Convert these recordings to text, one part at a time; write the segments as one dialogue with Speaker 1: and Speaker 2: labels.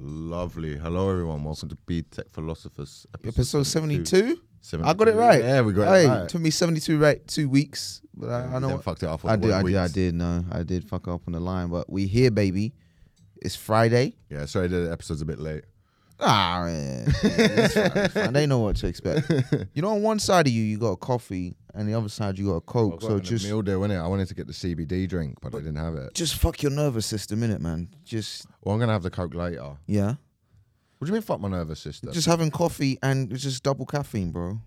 Speaker 1: Lovely. Hello, everyone. Welcome to Be Tech Philosophers.
Speaker 2: Episode 72?
Speaker 1: 72.
Speaker 2: I got it right.
Speaker 1: Yeah, we got
Speaker 2: hey,
Speaker 1: it right.
Speaker 2: took me 72 right two weeks. But I, I
Speaker 1: You
Speaker 2: know
Speaker 1: then fucked it up. for
Speaker 2: I did,
Speaker 1: one
Speaker 2: I did, I
Speaker 1: week.
Speaker 2: did, no. I did fuck up on the line, but we here, baby. It's Friday.
Speaker 1: Yeah, sorry, the episode's a bit late.
Speaker 2: Ah, man. It's fine, it's fine. They know what to expect. You know, on one side of you, you got a coffee, and the other side, you got a
Speaker 1: I
Speaker 2: coke.
Speaker 1: got
Speaker 2: So
Speaker 1: it in a
Speaker 2: just
Speaker 1: meal deal, innit? I wanted to get the CBD drink, but I didn't have it.
Speaker 2: just fuck your nervous system, innit, man? Just,
Speaker 1: Well, I'm gonna have the coke later. What
Speaker 2: yeah.
Speaker 1: do you mean, fuck my nervous system?
Speaker 2: Just having coffee and it's just double caffeine, bro.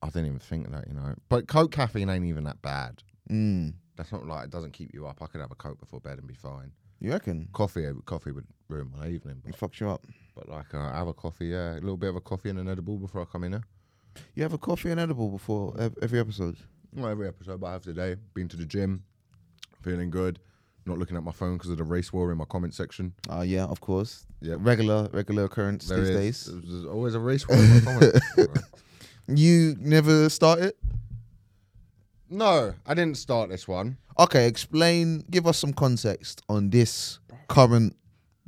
Speaker 1: I didn't even think of that, you know. But coke caffeine ain't even that bad.
Speaker 2: Mm.
Speaker 1: That's not like it doesn't keep you up. I could have a coke before bed and be fine.
Speaker 2: You reckon?
Speaker 1: Coffee, eh, coffee would ruin my evening.
Speaker 2: It
Speaker 1: But,
Speaker 2: fucks you up.
Speaker 1: but like, uh, I have a coffee, yeah, a little bit of a coffee and an edible before I come in. eh? Here.
Speaker 2: You have a coffee and edible before ev- every episode.
Speaker 1: Not every episode, but I have today. Been to the gym, feeling good. Not looking at my phone because of the race war in my comment section.
Speaker 2: Oh yeah, of course.
Speaker 1: Yep.
Speaker 2: Regular, regular occurrence
Speaker 1: There
Speaker 2: these
Speaker 1: is-
Speaker 2: days.
Speaker 1: There's always a race war in my comment section. bro.
Speaker 2: You never start it.
Speaker 1: No, I didn't start this one.
Speaker 2: Okay, explain. Give us some context on this current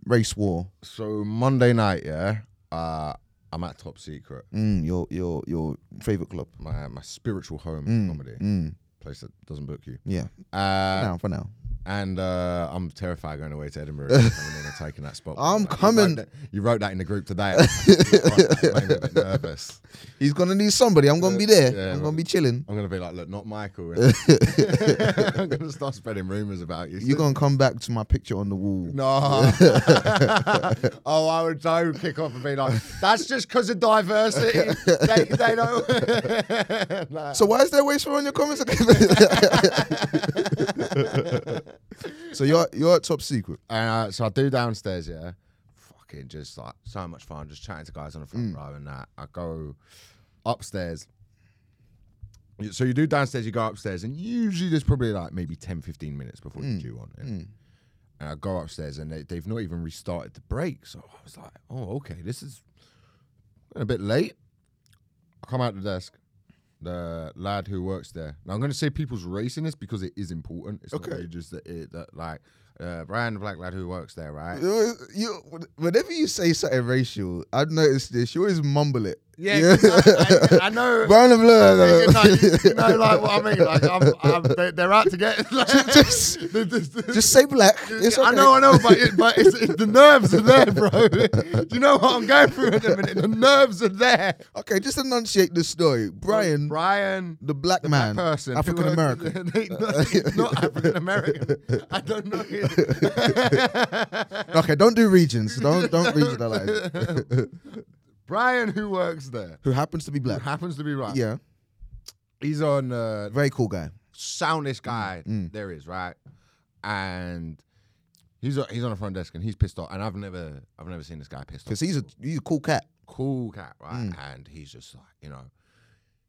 Speaker 2: race war.
Speaker 1: So Monday night, yeah, uh, I'm at Top Secret,
Speaker 2: Mm, your your your favorite club.
Speaker 1: my my spiritual home
Speaker 2: Mm,
Speaker 1: comedy
Speaker 2: mm,
Speaker 1: place that doesn't book you.
Speaker 2: yeah.
Speaker 1: Uh,
Speaker 2: now for now.
Speaker 1: And uh, I'm terrified going away to Edinburgh and coming in and taking that spot.
Speaker 2: I'm
Speaker 1: Like, you wrote
Speaker 2: coming.
Speaker 1: that- You wrote that, in the group today. It made me a bit nervous.
Speaker 2: He's gonna need somebody. I'm gonna be there.
Speaker 1: Yeah,
Speaker 2: I'm
Speaker 1: but-
Speaker 2: gonna be chilling.
Speaker 1: I'm gonna be like, look, not Michael. I'm gonna start spreading rumors about you.
Speaker 2: You're gonna come back to my picture on the wall.
Speaker 1: no. oh, I would so kick off and be like, that's just because of diversity. They, they don't. Nah.
Speaker 2: So why is there waste for on your comments? so you're you're at top secret.
Speaker 1: And uh, so I do downstairs, yeah. Fucking just like so much fun, just chatting to guys on the front row and that. I go upstairs. You- So you do downstairs, you go upstairs, and usually there's probably like maybe 10, 15 minutes before you do on it. And I go upstairs and they, they've not even restarted the break. So I was like, oh, okay, this is a bit late. I come out the desk. The lad who works there. Now I'm going to say people's race in this because it is important. It's
Speaker 2: Okay.
Speaker 1: not really just that, it, that like uh, Brian, the black lad who works there, right?
Speaker 2: You, you- whenever you say something racial, I've noticed this. You always mumble it.
Speaker 1: I, know.
Speaker 2: Brown and blue.
Speaker 1: you, know, like what I mean. Like, I'm, I'm, they, they're out to get.
Speaker 2: Just- Just say black. It's
Speaker 1: I
Speaker 2: okay.
Speaker 1: know, I know, but, it, but it's, it, the nerves are there, bro. Do you know what I'm going through at the minute? The nerves are there.
Speaker 2: Okay, just enunciate the story. Brian,
Speaker 1: Brian,
Speaker 2: the black
Speaker 1: the
Speaker 2: man,
Speaker 1: black person, who
Speaker 2: African American.
Speaker 1: works- no, he's not African American. I don't know. his-
Speaker 2: okay, don't do regions. Don't don't regionalize.
Speaker 1: Brian, who works there,
Speaker 2: Who happens to be
Speaker 1: who
Speaker 2: black?
Speaker 1: happens to be right.
Speaker 2: Yeah,
Speaker 1: he's on uh,
Speaker 2: very cool guy. Mm,
Speaker 1: soundest guy there is, right? And he's on- he's on the front desk and he's pissed off. And I've never I've never seen this guy pissed off.
Speaker 2: Cause he's a he's a cool cat.
Speaker 1: cool cat, right?
Speaker 2: Mm.
Speaker 1: And he's just like, you know,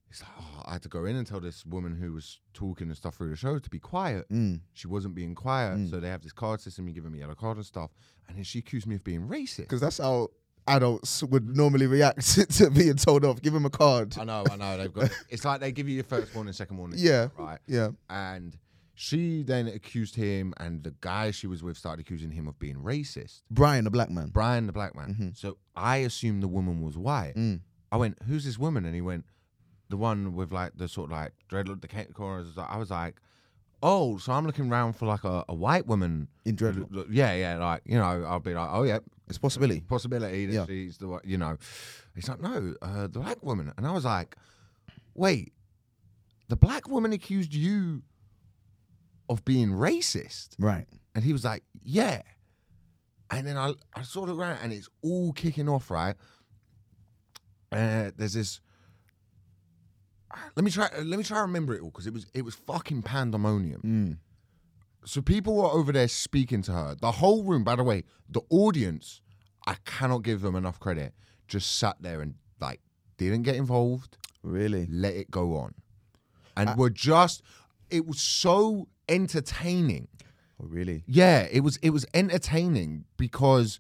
Speaker 1: he's like, oh, I had to go in and tell this woman who was talking and stuff through the show to be quiet.
Speaker 2: Mm.
Speaker 1: She wasn't being quiet, so they have this card system. You giving me yellow card and stuff, and then she accused me of being racist.
Speaker 2: Cause that's how adults would normally react to being told off. Give him a card.
Speaker 1: I know, I know. They've got. It's like they give you your first warning, second warning.
Speaker 2: Yeah.
Speaker 1: right.
Speaker 2: Yeah.
Speaker 1: and she then accused him and the guy she was with started accusing him of being racist
Speaker 2: Brian, the black man.
Speaker 1: brian the black man so i assumed the woman was white
Speaker 2: Mm-hmm. Mm.
Speaker 1: i went who's this woman and he went the one with like the sort of like dreadlock the ca- corners i was like oh so i'm looking around for like a, a white woman
Speaker 2: In dreadlock.
Speaker 1: yeah yeah like you know i'll be like oh yeah
Speaker 2: It's a possibility.
Speaker 1: possibility that
Speaker 2: Yeah.
Speaker 1: she's the one, you know. He's like, no, uh, the black woman. And I was like, wait, the black woman accused you of being racist?
Speaker 2: Right.
Speaker 1: And he was like, yeah. And then I, I sort of ran and it's all kicking off, right? Uh, there's this. uh, Let me try. Let me try to remember it all because it was it was fucking pandemonium.
Speaker 2: Mm.
Speaker 1: So people were over there speaking to her. The whole room, by the way, the audience, I cannot give them enough credit, just sat there and like didn't get involved,
Speaker 2: Really?
Speaker 1: let it go on. And were just it was so entertaining.
Speaker 2: Oh, really?
Speaker 1: Yeah, it was it was entertaining because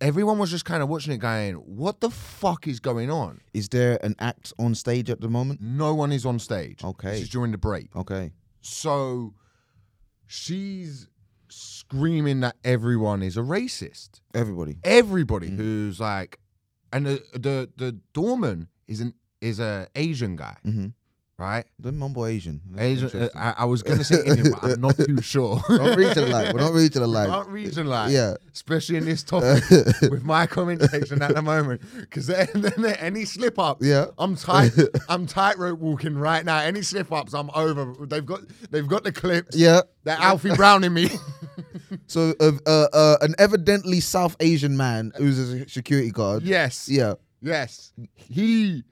Speaker 1: everyone was just kind of watching it going, what the fuck is going on?
Speaker 2: Is there an act on stage at the moment?
Speaker 1: No one is on stage.
Speaker 2: Okay.
Speaker 1: This is during the break.
Speaker 2: Okay.
Speaker 1: So she's s- screaming that everyone is a racist.
Speaker 2: Everybody.
Speaker 1: Everybody
Speaker 2: Mm-hmm.
Speaker 1: who's like, and the the, the doorman is an is a Asian guy,
Speaker 2: Mhm.
Speaker 1: right?
Speaker 2: Don't mumble Asian. That's
Speaker 1: Asian. uh,
Speaker 2: interesting.
Speaker 1: I, I was gonna say Indian, but I'm not too sure.
Speaker 2: don't read to the light. We're not reading to the light.
Speaker 1: Can't reason like,
Speaker 2: Yeah.
Speaker 1: especially in this topic with my comment section at the moment, because any slip up,
Speaker 2: Yeah.
Speaker 1: I'm tight. I'm tightrope walking right now. Any slip ups, I'm over. They've got they've got the clips.
Speaker 2: Yeah.
Speaker 1: They're Alfie Browning me.
Speaker 2: So uh, uh, uh, an evidently South Asian man who's a se- security guard.
Speaker 1: yes.
Speaker 2: Yeah.
Speaker 1: Yes. He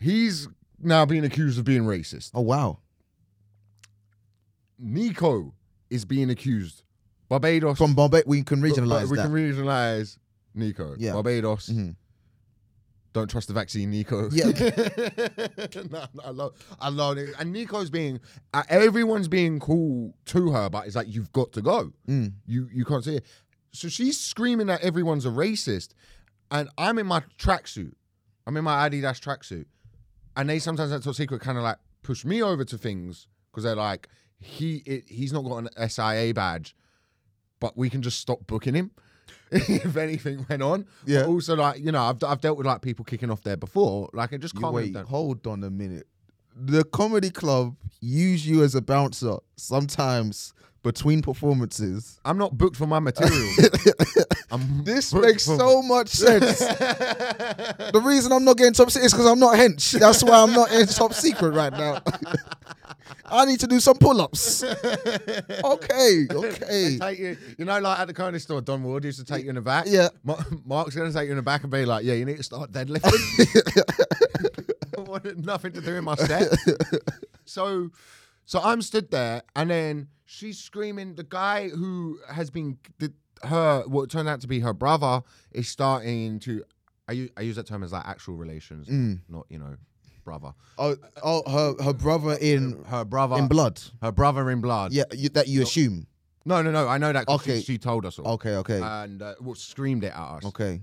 Speaker 1: he's now being accused of being racist.
Speaker 2: Oh wow.
Speaker 1: Nico is being accused. Barbados
Speaker 2: From Bombay, we can
Speaker 1: but- but
Speaker 2: regionalize
Speaker 1: We
Speaker 2: that.
Speaker 1: can regionalize Nico.
Speaker 2: Yeah.
Speaker 1: Barbados.
Speaker 2: Mhm.
Speaker 1: Don't trust the vaccine, Nico.
Speaker 2: Yeah.
Speaker 1: no, no, I love, I love it. And Nico's being, uh, everyone's being cool to her, but it's like you've got to go.
Speaker 2: Mm.
Speaker 1: You you can't see it. So she's screaming that everyone's a racist, and I'm in my tracksuit. I'm in my Adidas tracksuit, and they sometimes at Top Secret kind of like push me over to things because they're like, he it, he's not got an SIA badge, but we can just stop booking him if anything went on. But
Speaker 2: Yeah.
Speaker 1: also, like you know, I've I've dealt with like people kicking off there before. Like I just
Speaker 2: You
Speaker 1: can't
Speaker 2: wait,
Speaker 1: down.
Speaker 2: hold on a minute. The comedy club use you as a bouncer sometimes between performances.
Speaker 1: I'm not booked for my material. I'm
Speaker 2: This
Speaker 1: booked
Speaker 2: makes
Speaker 1: for-
Speaker 2: so much sense. the reason I'm not getting top secret is because I'm not hench. That's why I'm not in top secret right now. I need to do some pull-ups. Okay, okay.
Speaker 1: They take you, you know, like at the corner store, Don Ward used to take you in the back.
Speaker 2: Yeah.
Speaker 1: Ma- Mark's going to take you in the back and be like, yeah, you need to start deadlifting. I wanted nothing to do in my set. So, so I'm stood there, and then she's screaming. The guy who has been the, her, what turned out to be her brother, is starting to. I use, I use that term as like actual relations,
Speaker 2: Mm.
Speaker 1: not you know, brother.
Speaker 2: Oh, oh, her her brother in
Speaker 1: Her brother
Speaker 2: Mm. in blood.
Speaker 1: Her brother in blood.
Speaker 2: Yeah, you, that you assume.
Speaker 1: No, no, no. I know that. 'cause
Speaker 2: Okay.
Speaker 1: She, she told us all.
Speaker 2: Okay, okay,
Speaker 1: And uh, well, screamed it at us.
Speaker 2: okay.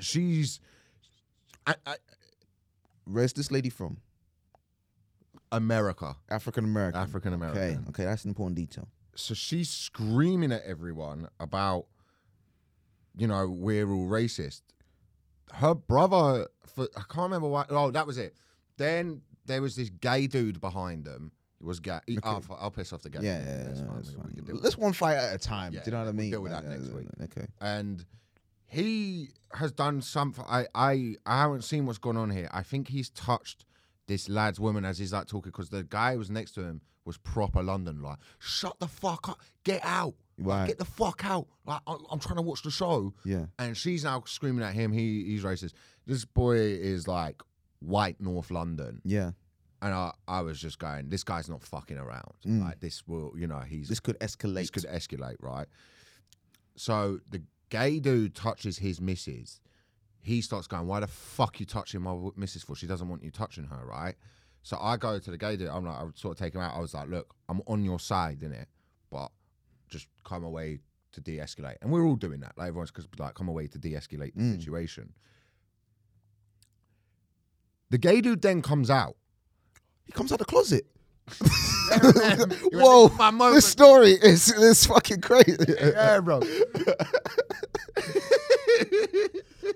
Speaker 1: She's I, I,
Speaker 2: Where's this lady from?
Speaker 1: America,
Speaker 2: African American.
Speaker 1: African American.
Speaker 2: Okay, okay, that's an important detail.
Speaker 1: So she's screaming at everyone about, you know, we're all racist. Her brother, for, I can't remember why. Oh, that was it. Then there was this gay dude behind them. It was gay. I'll, f- I'll piss off the gay.
Speaker 2: Yeah,
Speaker 1: dude.
Speaker 2: yeah, yeah,
Speaker 1: That's fine.
Speaker 2: that's
Speaker 1: We- we
Speaker 2: fine.
Speaker 1: can deal with
Speaker 2: Let's one fight at a time.
Speaker 1: Yeah,
Speaker 2: do you know what I
Speaker 1: we'll
Speaker 2: mean?
Speaker 1: deal with that next week.
Speaker 2: Okay.
Speaker 1: and he has done something. I, I I haven't seen what's gone on here. I think he's touched this lad's woman as he's like talking because the guy who was next to him was proper London. Like, shut the fuck up, get out, Like,
Speaker 2: Right.
Speaker 1: get the fuck out. Like, I'm, I'm trying to watch the show.
Speaker 2: Yeah.
Speaker 1: And she's now screaming at him. He he's racist. This boy is like white North London,
Speaker 2: Yeah.
Speaker 1: and I I was just going, this guy's not fucking around. Like this will, you know, he's
Speaker 2: This could escalate.
Speaker 1: this could escalate, right? So the gay dude touches his missus. He starts going, "Why the fuck you touching my w- missus for? She doesn't want you touching her, right?" So I go to the gay dude. I'm like, I would sort of take him out. I was like, "Look, I'm on your side in it, but just come away to de-escalate." And we're all doing that. Like everyone's just like, "Come away to de-escalate the
Speaker 2: Mm.
Speaker 1: situation." The gay dude then comes out.
Speaker 2: he comes out the closet.
Speaker 1: Whoa,
Speaker 2: Whoa!
Speaker 1: my moment.
Speaker 2: This story is is fucking crazy.
Speaker 1: yeah, bro.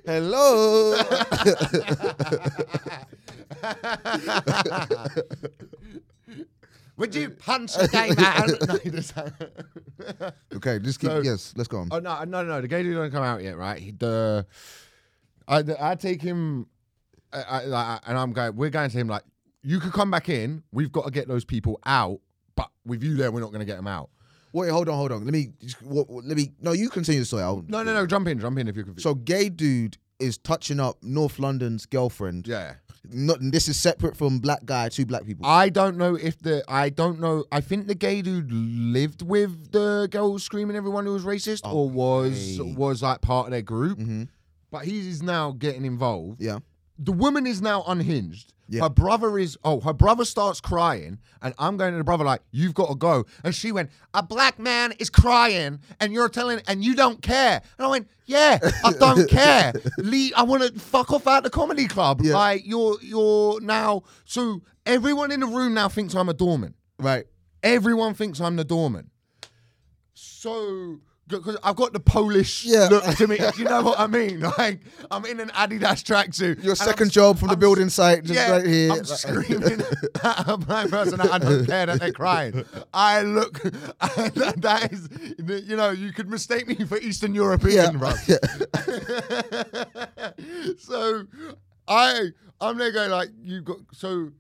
Speaker 2: Hello.
Speaker 1: Would you punch a gay man? Uh, no, he doesn't.
Speaker 2: okay, just keep.
Speaker 1: So-
Speaker 2: yes, let's go on.
Speaker 1: oh no, no, no! The gay dude don't come out yet, right? He, the I, I take him, I, I, like, and I'm going. We're going to him like, you could come back in. We've got to get those people out, but with you there, we're not going to get them out.
Speaker 2: Wait, hold on, hold on. Let me. just- wha- wha- Let me. No, you continue the story. I'll,
Speaker 1: No, no, no! Jump in, jump in if you're confused.
Speaker 2: So, gay dude is touching up North London's girlfriend.
Speaker 1: yeah.
Speaker 2: Not, this is separate from black guy to black people.
Speaker 1: I don't know if the I don't know. I think the gay dude lived with the girl screaming everyone who was racist, or was
Speaker 2: Okay.
Speaker 1: was like part of their group.
Speaker 2: Mhm.
Speaker 1: But he is now getting involved.
Speaker 2: yeah.
Speaker 1: The woman is now unhinged.
Speaker 2: Yeah.
Speaker 1: Her brother is oh, her brother starts crying, and I'm going to the brother like, "You've got to go." And she went, "A black man is crying, and you're telling, and you don't care." And I went, "Yeah, I don't care. Lee, I want to fuck off out the comedy club.
Speaker 2: Yeah.
Speaker 1: Like you're you're now so everyone in the room now thinks I'm a doorman.
Speaker 2: Right.
Speaker 1: Everyone thinks I'm the doorman. so because I've got the Polish
Speaker 3: Yeah.
Speaker 1: look to me. you know what I mean? Like I'm in an Adidas tracksuit.
Speaker 3: Your
Speaker 1: and I'm
Speaker 3: 2nd job from the
Speaker 1: I'm
Speaker 3: building site, just
Speaker 1: yeah,
Speaker 3: right here.
Speaker 1: I'm screaming at a blind person. I don't care that they're crying. I look, that is, you know, you could mistake me for Eastern European,
Speaker 3: Yeah,
Speaker 1: bro. so I, I'm there going like, you got, so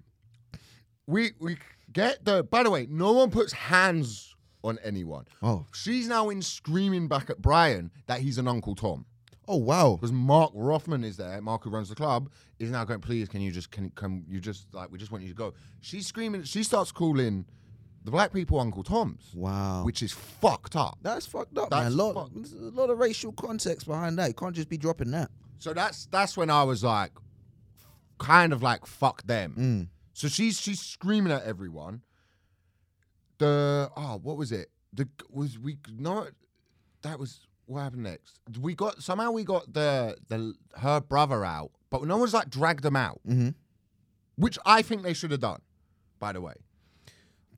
Speaker 1: we, we get the, by the way, no one puts hands on anyone.
Speaker 3: Oh.
Speaker 1: She's now in screaming back at Brian that he's an Uncle Tom
Speaker 3: Oh wow.
Speaker 1: because Mark Rothman is there. Mark, who runs the club, is now going. Please, can you just can come? You just like we just want you to go. She's screaming. She starts calling the black people Uncle Toms,
Speaker 3: Wow.
Speaker 1: which is fucked up.
Speaker 3: that's fucked up,
Speaker 1: That's
Speaker 3: man. A lot,
Speaker 1: fucked.
Speaker 3: there's a lot of racial context behind that. You can't just be dropping that.
Speaker 1: So that's that's when I was like, kind of like fuck them.
Speaker 2: Mm.
Speaker 3: Mm,
Speaker 1: So she's she's screaming at everyone. The oh, what was it? The was we no, that was what happened next. We got somehow we got the the her brother out, but no one's like dragged them out,
Speaker 3: Mhm.
Speaker 1: which I think they should have done. By the way.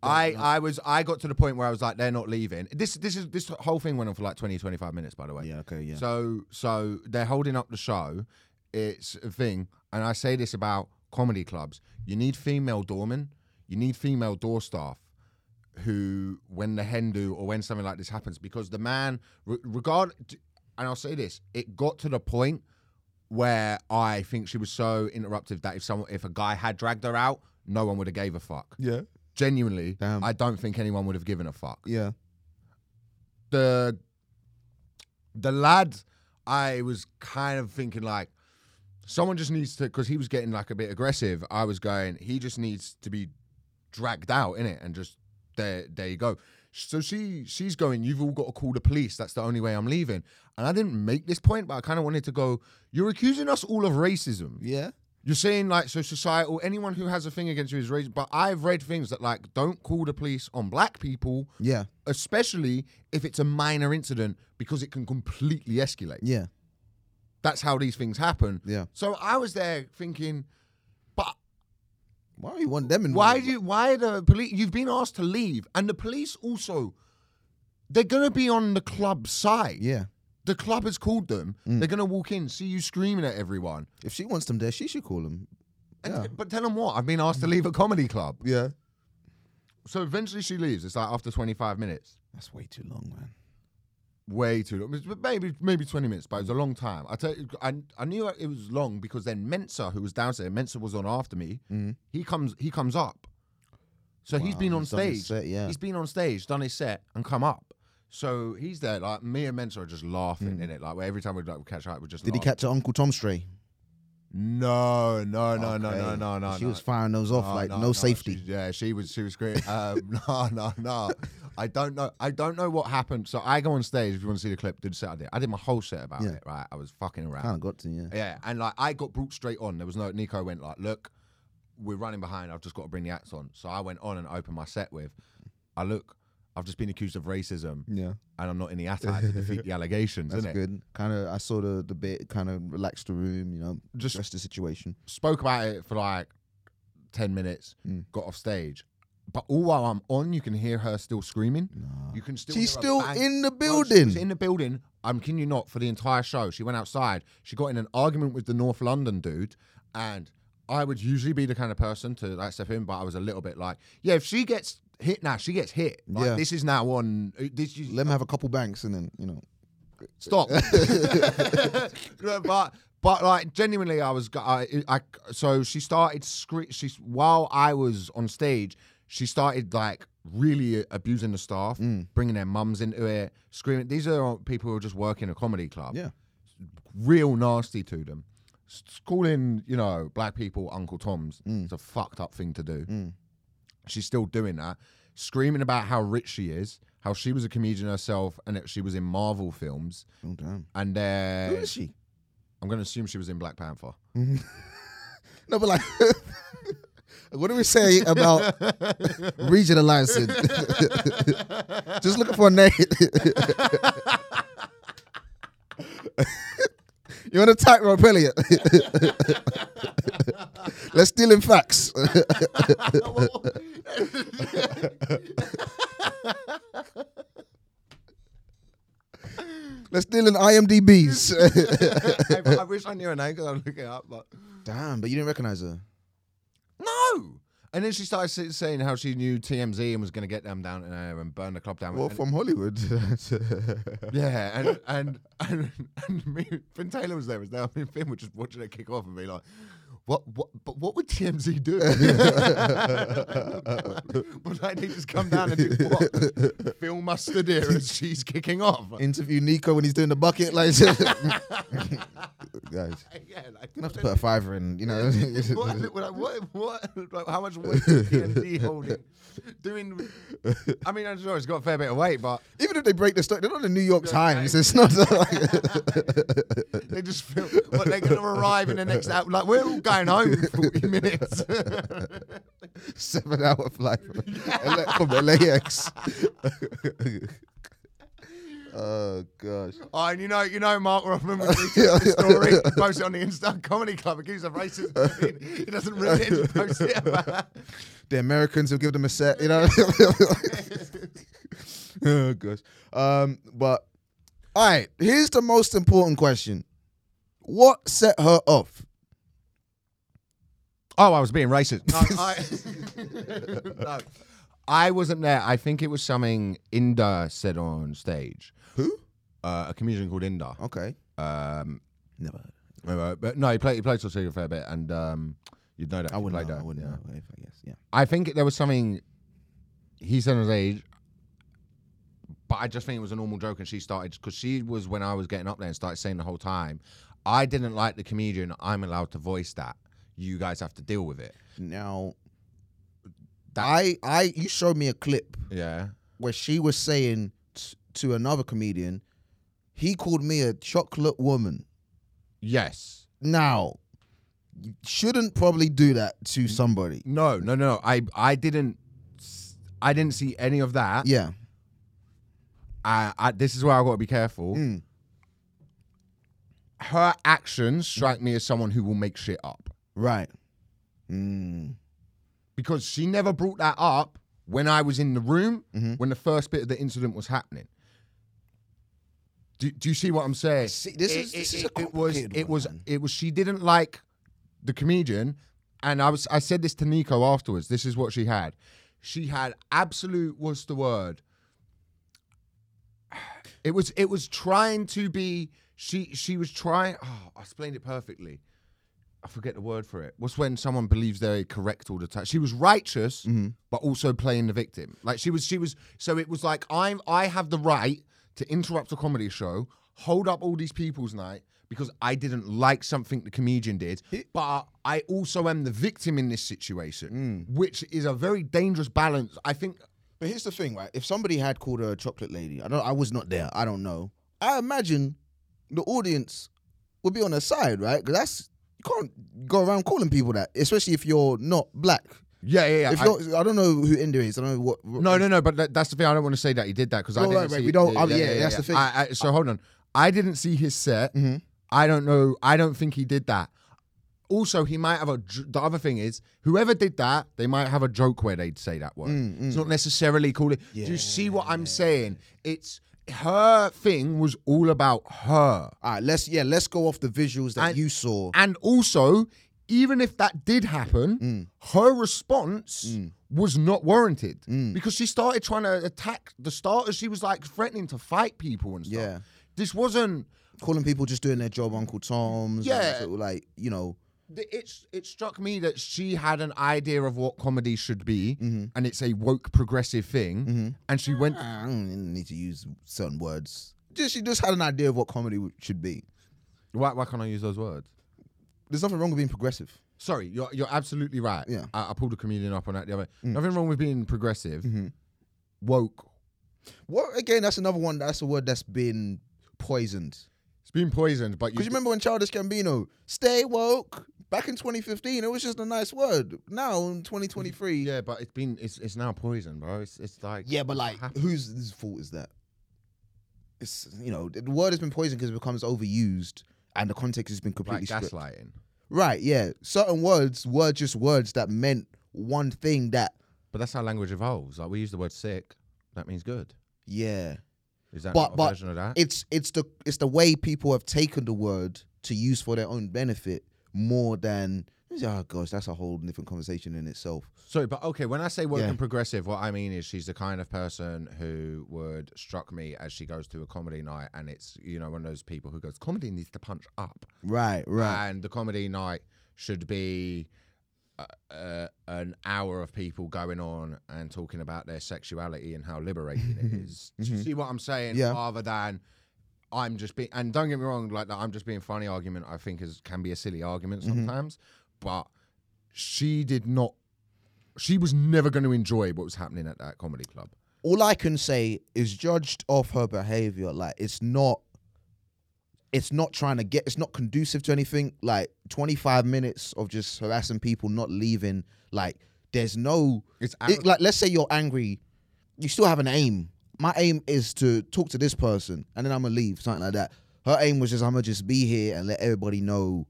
Speaker 1: I, I was I got to the point where I was like they're not leaving. This this is this whole thing went on for like 20 25 minutes by the way.
Speaker 3: Okay. Yeah.
Speaker 1: So so they're holding up the show. It's a thing, and I say this about comedy clubs: you need female doormen, you need female door staff, who, when the hen do or when something like this happens, because the man re- regard, and I'll say this: it got to the point where I think she was so interruptive that if someone, if a guy had dragged her out, no one would have gave a fuck.
Speaker 3: yeah.
Speaker 1: Genuinely,
Speaker 3: Damn.
Speaker 1: I don't think anyone would have given a fuck
Speaker 3: Yeah.
Speaker 1: the the lad I was kind of thinking like someone just needs to because he was getting like a bit aggressive. I was going he just needs to be dragged out in it and just there there you go. So she she's going you've all got to call the police. That's the only way I'm leaving. And I didn't make this point, but I kind of wanted to go. You're accusing us all of racism.
Speaker 3: Yeah.
Speaker 1: You're saying like so societal. Anyone who has a thing against you is racist. But I've read things that like don't call the police on black people
Speaker 3: Yeah.
Speaker 1: especially if it's a minor incident because it can completely escalate.
Speaker 3: Yeah.
Speaker 1: That's how these things happen.
Speaker 3: Yeah.
Speaker 1: So I was there thinking, but
Speaker 3: Why do you want them in?
Speaker 1: why do you, why are the police? You've been asked to leave, and the police also they're gonna be on the club side.
Speaker 3: Yeah. Mm.
Speaker 1: The club has called them. They're gonna walk in, see you screaming at everyone,
Speaker 3: If she wants them there, she should call them.
Speaker 1: and
Speaker 3: Yeah.
Speaker 1: but tell them what I've been asked to leave a comedy club.
Speaker 3: Yeah.
Speaker 1: So eventually she leaves. It's like after twenty five minutes.
Speaker 3: That's way too long, man.
Speaker 1: way too long. It was Maybe maybe twenty minutes, but it was a long time. I tell you, I, I knew it was long because then Mensa, who was downstairs, Mensa was on after me. He comes he comes up, so he's
Speaker 3: Mm. Wow,
Speaker 1: been on
Speaker 3: he's done his
Speaker 1: stage.
Speaker 3: set, yeah.
Speaker 1: He's been on stage, done his set, and come up. So he's there, like me and Mensa are just laughing in it. Like where every time we like, catch up, we just
Speaker 3: Mm. Did he
Speaker 1: laugh.
Speaker 3: catch her Uncle Tom stray?
Speaker 1: No, no, no, no, no,
Speaker 3: Okay.
Speaker 1: no, no.
Speaker 3: She
Speaker 1: no.
Speaker 3: was firing those off
Speaker 1: No,
Speaker 3: like
Speaker 1: Oh, no,
Speaker 3: no,
Speaker 1: no,
Speaker 3: safety.
Speaker 1: she- yeah, she was. She was great. Um, no, no, no. I don't know. I don't know what happened. So I go on stage. If you want to see the clip, did Saturday. I did my whole set about
Speaker 3: Yeah.
Speaker 1: it. Right, I was fucking around.
Speaker 3: Kind of got to yeah.
Speaker 1: Yeah, and like I got brought straight on. There was no Nico went like, look, we're running behind. I've just got to bring the acts on. So I went on and opened my set with, I look, I've just been accused of racism,
Speaker 3: Yeah,
Speaker 1: and I'm not in the act to defeat the allegations,
Speaker 3: that's
Speaker 1: isn't it?
Speaker 3: good. Kind of, I saw the debate. Kind of relaxed the room. You know,
Speaker 1: Just-
Speaker 3: just the situation.
Speaker 1: spoke about it for like 10 minutes,
Speaker 3: Mm.
Speaker 1: got off stage. But all while I'm on, you can hear her still screaming. You can still
Speaker 3: She's
Speaker 1: hear her
Speaker 3: still
Speaker 1: bang-
Speaker 3: in the
Speaker 1: Bro, she
Speaker 3: building.
Speaker 1: was in the building. I'm kidding you not for the entire show. She went outside. She got in an argument with the North London dude, and I would usually be the kind of person to like step in, but I was a little bit like, yeah, if she gets hit now, she gets hit. Like,
Speaker 3: Yeah.
Speaker 1: This is now on. uh, This is,
Speaker 3: Let him have a couple banks and then you know.
Speaker 1: stop. No, but but like genuinely, I was I, I so she started scre- she while I was on stage, she started like really abusing the staff, bringing their mums into it, screaming. These are people who are just working a comedy club.
Speaker 3: Yeah.
Speaker 1: real nasty to them. S- Calling you know black people Uncle Toms is a fucked up thing to do. She's still doing that, screaming about how rich she is, how she was a comedian herself, and that she was in Marvel films.
Speaker 3: Oh damn.
Speaker 1: And uh,
Speaker 3: Who is she?
Speaker 1: I'm going to assume she was in Black Panther.
Speaker 3: No, but like, what do we say about regionalizing? Just looking for a name. You're on a tightrope, Elliot. Let's deal in facts. Let's deal in IMDb's.
Speaker 1: Hey, but I wish I knew her name because I'm looking it up, but
Speaker 2: Damn, but you didn't recognize her.
Speaker 1: no. And then she started sa- saying how she knew TMZ and was going to get them down there and burn the club down.
Speaker 2: Well,
Speaker 1: And-
Speaker 2: from Hollywood.
Speaker 1: yeah, and and and, and me, Finn Taylor was there as well. Me and Finn were just watching it kick off and be like, "What? What? But what would TMZ do? would like, they just come down and do what? Phil mustard here as she's kicking off?
Speaker 2: Interview Nico when he's doing the bucket. Like, guys,
Speaker 1: yeah, like,
Speaker 2: gonna have to put a fiver in. You know.
Speaker 1: what, what, what, what, like, how much weight is TMZ holding? Doing, I mean, I'm sure it's got a fair bit of weight, but
Speaker 2: Even if they break the story, they're not the New York Times.
Speaker 1: okay.
Speaker 2: It's not.
Speaker 1: they just feel what they're going to arrive in the next hour. Like, we're all going home in 40 minutes.
Speaker 2: seven hour flight from, L- from LAX. oh gosh.
Speaker 1: oh, and you know, you know, Mark Rothman when we took the story, he posted it on the Insta Comedy Club, accused of racism. He doesn't read it, he just posts it.
Speaker 2: The Americans will give them a set, you know. oh gosh. Um, but all right, here's the most important question. What set her off?
Speaker 1: oh, I was being racist. No, I, no, I wasn't there. I think it was something Inda said on stage.
Speaker 2: Who?
Speaker 1: Uh, a comedian called Inda.
Speaker 2: Okay.
Speaker 1: Um,
Speaker 2: Never.
Speaker 1: remember- but no, he played he played Soul a fair bit, and um, you'd know that.
Speaker 2: I
Speaker 1: he
Speaker 2: wouldn't
Speaker 1: played
Speaker 2: know.
Speaker 1: that,
Speaker 2: I wouldn't
Speaker 1: yeah.
Speaker 2: know. If, I guess. Yeah.
Speaker 1: I think there was something he said on stage, but I just think it was a normal joke, and she started because she was when I was getting up there and started saying the whole time, I didn't like the comedian. I'm allowed to voice that. You guys have to deal with it.
Speaker 2: Now, I, I, you showed me a clip
Speaker 1: Yeah.
Speaker 2: where she was saying t- to another comedian, he called me a chocolate woman.
Speaker 1: Yes.
Speaker 2: Now, you shouldn't probably do that to
Speaker 1: Mm.
Speaker 2: somebody.
Speaker 1: No. No. No. I I didn't. s- I didn't see any of that.
Speaker 2: Yeah.
Speaker 1: I, I this is where I got to be careful.
Speaker 2: Mm.
Speaker 1: Her actions strike me as someone who will make shit up
Speaker 2: Right. Mm.
Speaker 1: because she never brought that up when I was in the room when the first bit of the incident was happening. Do, do you see what I'm saying?
Speaker 2: see- this is- this is a
Speaker 1: it was
Speaker 2: complicated
Speaker 1: it
Speaker 2: one,
Speaker 1: was
Speaker 2: man.
Speaker 1: it was she didn't like the comedian, and I was I said this to Nico afterwards. This is what she had. She had absolute what's the word? It was it was trying to be she she was trying oh I explained it perfectly. I forget the word for it. What's when someone believes they're correct all the time? She was righteous,
Speaker 2: Mm-hmm.
Speaker 1: but also playing the victim. Like she was, she was. So it was like I'm. I have the right to interrupt a comedy show, hold up all these people's night because I didn't like something the comedian did, but I also am the victim in this situation,
Speaker 2: Mm.
Speaker 1: which is a very dangerous balance. I think.
Speaker 2: But here's the thing, right? If somebody had called her a chocolate lady, I don't. I was not there. I don't know. I imagine the audience would be on her side, right? Because that's you can't go around calling people that, especially if you're not black.
Speaker 1: Yeah, yeah, yeah.
Speaker 2: If
Speaker 1: I-
Speaker 2: you're, I don't know who India is. I don't know what.
Speaker 1: No, no, no. But that, that's the thing. I don't want to say that he did that because I
Speaker 2: Well,
Speaker 1: didn't.
Speaker 2: right, right,
Speaker 1: see-
Speaker 2: we don't- oh, yeah, that's the thing. Mm-hmm.
Speaker 1: I, I, so hold on. I didn't see his set. I don't know. I don't think he did that. Also, he might have a. j- The other thing is, whoever did that, they might have a joke where they'd say that word.
Speaker 2: Mm,
Speaker 1: It's not necessarily called it. Do you see what I'm saying? It's her thing was all about her.
Speaker 2: All right, let's yeah, let's go off the visuals that
Speaker 1: And-
Speaker 2: you saw.
Speaker 1: And also, even if that did happen,
Speaker 2: Mm.
Speaker 1: her response was not warranted
Speaker 2: Mm.
Speaker 1: because she started trying to attack the starters. She was like threatening to fight people and stuff.
Speaker 2: Yeah.
Speaker 1: This wasn't.
Speaker 2: calling people just doing their job, Uncle Tom's. and
Speaker 1: Yeah.
Speaker 2: sort of like you know,
Speaker 1: th- It's it struck me that she had an idea of what comedy should be,
Speaker 2: Mm-hmm.
Speaker 1: and it's a woke progressive thing, and she went.
Speaker 2: "Ah, I don't need to use certain words. Just she just had an idea of what comedy w- should be.
Speaker 1: Why, why can't I use those words?
Speaker 2: There's nothing wrong with being progressive.
Speaker 1: Sorry, you're you're absolutely right.
Speaker 2: Yeah. Mm.
Speaker 1: I, I pulled a comedian up on that the other. Nothing wrong with being progressive,
Speaker 2: Mm-hmm.
Speaker 1: woke.
Speaker 2: Well, again, that's another one. That's a word that's been poisoned.
Speaker 1: It's been poisoned, but you,
Speaker 2: Because you remember when Childish Gambino, "Stay woke." Back in 2015, it was just a nice word. Now in 2023,
Speaker 1: Yeah, but it's been it's it's now poison, bro. It's it's like
Speaker 2: Yeah, but like,
Speaker 1: Uh-huh.
Speaker 2: whose whose fault is that? It's you know, the word has been poisoned because it becomes overused, and the context has been
Speaker 1: like
Speaker 2: completely stripped.
Speaker 1: gaslighting.
Speaker 2: Right? Yeah, certain words were just words that meant one thing. That
Speaker 1: But that's how language evolves. Like we use the word sick, that means good.
Speaker 2: yeah,
Speaker 1: Is that
Speaker 2: But-
Speaker 1: not a
Speaker 2: but
Speaker 1: version of that?
Speaker 2: it's it's the it's the way people have taken the word to use for their own benefit more than oh gosh that's a whole different conversation in itself
Speaker 1: Sorry, but okay, when I say woke
Speaker 2: Yeah.
Speaker 1: and progressive, what I mean is she's the kind of person who would struck me as she goes to a comedy night and it's, you know, one of those people who goes, comedy needs to punch up.
Speaker 2: right right
Speaker 1: And the comedy night should be uh, uh, an hour of people going on and talking about their sexuality and how liberating it is. Do you see what I'm saying?
Speaker 2: Mm-hmm. Yeah.
Speaker 1: Rather than I'm just being, and don't get me wrong, like the I'm just being funny argument, I think is can be a silly argument
Speaker 2: Mm-hmm.
Speaker 1: sometimes, but she did not. She was never going to enjoy what was happening at that comedy club.
Speaker 2: all i can say is judged off her behavior like it's not it's not trying to get it's not conducive to anything like 25 minutes of just harassing people not leaving like there's no
Speaker 1: It's
Speaker 2: it, like let's say you're angry, you still have an aim. My aim is to talk to this person and then I'm gonna leave, something like that. Her aim was just I'm gonna just be here and let everybody know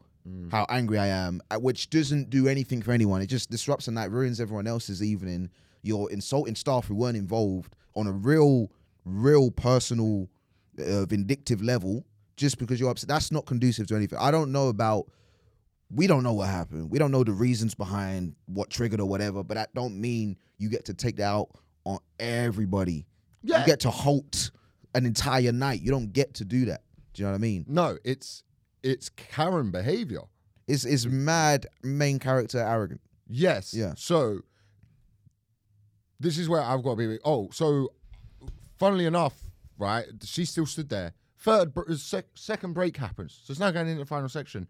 Speaker 2: how angry I am, uh, which doesn't do anything for anyone. It just disrupts and that ruins everyone else's evening. You're insulting staff who weren't involved on a real, real personal, uh, vindictive level just because you're upset. That's not conducive to anything. I don't know about we don't know what happened. We don't know the reasons behind what triggered or whatever, but that don't mean you get to take that out on everybody.
Speaker 1: Yeah.
Speaker 2: You get to halt an entire night. You don't get to do that. Do you know what I mean?
Speaker 1: no, it's it's Karen behavior.
Speaker 2: It's it's mad main character arrogant.
Speaker 1: Yes.
Speaker 2: Yeah.
Speaker 1: So this is where I've got to be. Oh, so funnily enough, right? She still stood there. Third, br- sec- second break happens. So it's now going into the final section.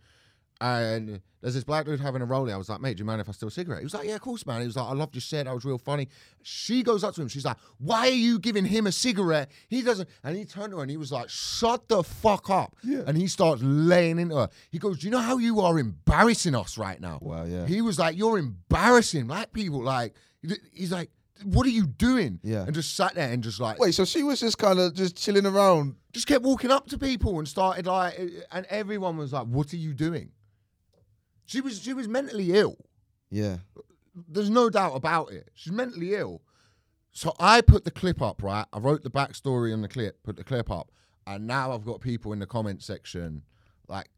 Speaker 1: And there's this black dude having a rollie. I was like, mate, do you mind if I steal a cigarette? He was like, yeah, of course, man. He was like, I loved your set. That was real funny. She goes up to him. She's like, why are you giving him a cigarette? He doesn't. And he turned to her and he was like, shut the fuck up. Yeah. And he starts laying into her. He goes, you know how you are embarrassing us right now?
Speaker 2: Wow, yeah.
Speaker 1: He was like, "You're embarrassing black people." Like, th- he's like, "What are you doing?"
Speaker 2: Yeah.
Speaker 1: and just sat there and just like,
Speaker 3: Wait, so she was just kind of just chilling around.
Speaker 1: just kept walking up to people and started like, and everyone was like, "What are you doing?" She was she was mentally ill.
Speaker 2: Yeah.
Speaker 1: There's no doubt about it. She's mentally ill. So I put the clip up, right? I wrote the backstory on the clip, put the clip up, and now I've got people in the comment section like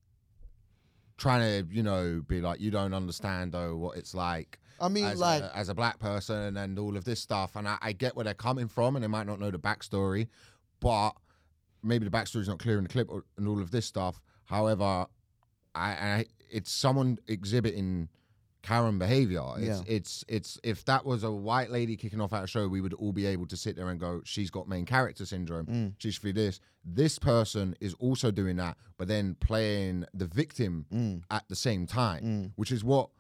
Speaker 1: trying to, you know, be like, "You don't understand though what it's like."
Speaker 2: I mean,
Speaker 1: as,
Speaker 2: like
Speaker 1: a, as a black person and all of this stuff. And I, I get where they're coming from, and they might not know the backstory, but maybe the backstory's not clear in the clip or, and all of this stuff. However, I, I it's someone exhibiting Karen behavior. It's, it's it's if that was a white lady kicking off at a show, we would all be able to sit there and go, she's got main character syndrome.
Speaker 2: Mm,
Speaker 1: She's for this. This person is also doing that, but then playing the victim at the same time,
Speaker 2: mm,
Speaker 1: which is what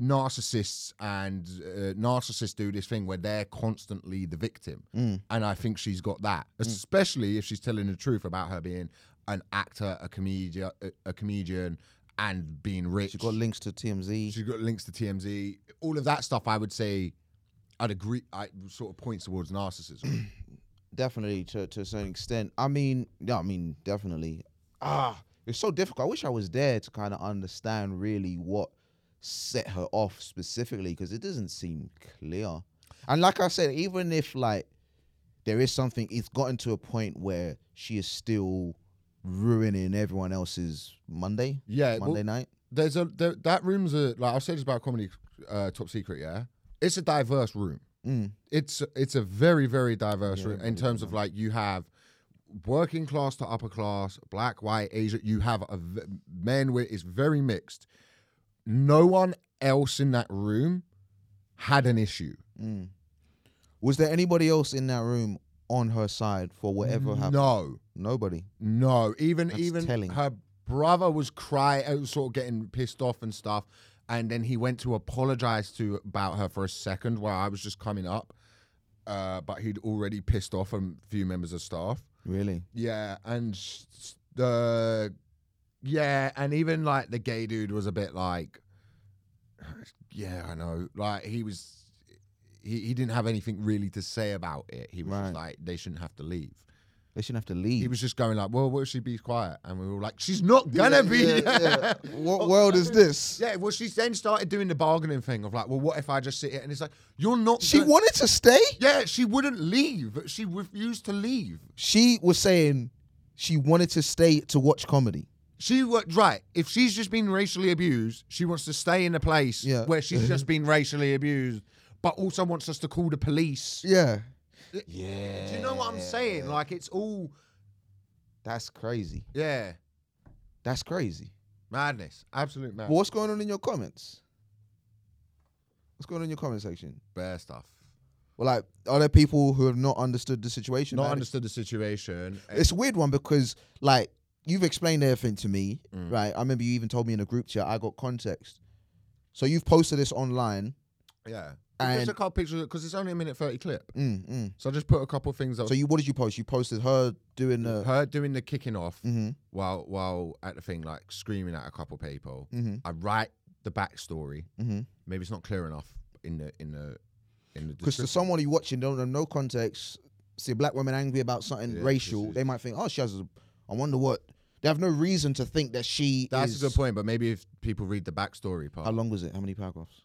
Speaker 1: narcissists and uh, narcissists do this thing where they're constantly the victim and i think she's got that especially if she's telling the truth about her being an actor a comedian a, a comedian and being rich
Speaker 2: she got links to TMZ.
Speaker 1: she's got links to tmz all of that stuff i would say i'd agree i sort of points towards narcissism
Speaker 2: Definitely to to a certain extent. I mean, yeah, I mean, definitely. Ah, it's so difficult. I wish I was there to kind of understand really what set her off specifically because it doesn't seem clear. And like I said, even if like there is something, it's gotten to a point where she is still ruining everyone else's Monday,
Speaker 1: yeah well,
Speaker 2: Monday night.
Speaker 1: there's a there, that room's a like i've said this about comedy uh, top secret yeah it's a diverse room
Speaker 2: Mm.
Speaker 1: it's it's a very very diverse
Speaker 2: Yeah,
Speaker 1: room in
Speaker 2: everybody
Speaker 1: terms of like you have working class to upper class black white asian you have a v- men where it's very mixed no one else in that room had an issue
Speaker 2: Mm. Was there anybody else in that room on her side for whatever happened?
Speaker 1: no
Speaker 2: Nobody.
Speaker 1: no even
Speaker 2: That's
Speaker 1: even
Speaker 2: telling.
Speaker 1: her brother was crying sort of getting pissed off and stuff and then he went to apologize to about her for a second while i was just coming up uh, but he'd already pissed off a few members of staff
Speaker 2: Really?
Speaker 1: Yeah, and s- s- the yeah, and even like the gay dude was a bit like, yeah, I know. Like he was, he, he didn't have anything really to say about it. He was
Speaker 2: Right.
Speaker 1: just like, they shouldn't have to leave.
Speaker 2: They shouldn't have to leave.
Speaker 3: Mm.
Speaker 1: He was just going like, well, what if she be quiet? And we were like, she's not gonna be.
Speaker 3: yeah, yeah. What world is this?
Speaker 1: Oh, Yeah, well, she then started doing the bargaining thing of like, well, what if I just sit here? And it's like, you're not.
Speaker 3: She
Speaker 1: gonna-
Speaker 3: wanted to stay.
Speaker 1: Yeah, she wouldn't leave. She refused to leave.
Speaker 2: she was saying she wanted to stay to watch comedy.
Speaker 1: She was right. If she's just been racially abused, she wants to stay in a place
Speaker 2: Yeah.
Speaker 1: where she's just been racially abused, but also wants us to call the police.
Speaker 2: Yeah,
Speaker 1: Do you know what I'm saying? Like, it's all
Speaker 2: that's crazy.
Speaker 1: yeah,
Speaker 2: That's crazy.
Speaker 1: madness, absolute madness,
Speaker 2: What's going on in your comments? What's going on in your comment section?
Speaker 1: bare stuff.
Speaker 2: Well, like, are there people who have not understood the situation?
Speaker 1: Not
Speaker 2: Like,
Speaker 1: understood the situation.
Speaker 2: It's a weird one because, like, you've explained everything to me, right? I remember you even told me in a group chat. I got context. So you've posted this online.
Speaker 1: Yeah.
Speaker 2: And-
Speaker 1: just a couple pictures because it's only a minute thirty clip.
Speaker 2: Mm, mm.
Speaker 1: So I just put a couple things up.
Speaker 2: So you, what did you post? You posted her doing the.
Speaker 1: her doing the kicking off
Speaker 2: Mm-hmm.
Speaker 1: while while at the thing like screaming at a couple people.
Speaker 2: Mm-hmm.
Speaker 1: I write the backstory.
Speaker 2: Mm-hmm.
Speaker 1: Maybe it's not clear enough in the in the in the
Speaker 2: Because to
Speaker 1: description.
Speaker 2: someone you watching don't have no context, see a black woman angry about something
Speaker 1: Yeah,
Speaker 2: racial,
Speaker 1: this is-
Speaker 2: they might think, oh, she has. A, I wonder what. They have no reason to think that she.
Speaker 1: That's
Speaker 2: is-
Speaker 1: a good point, but maybe if people read the backstory part,
Speaker 2: How long was it? How many paragraphs?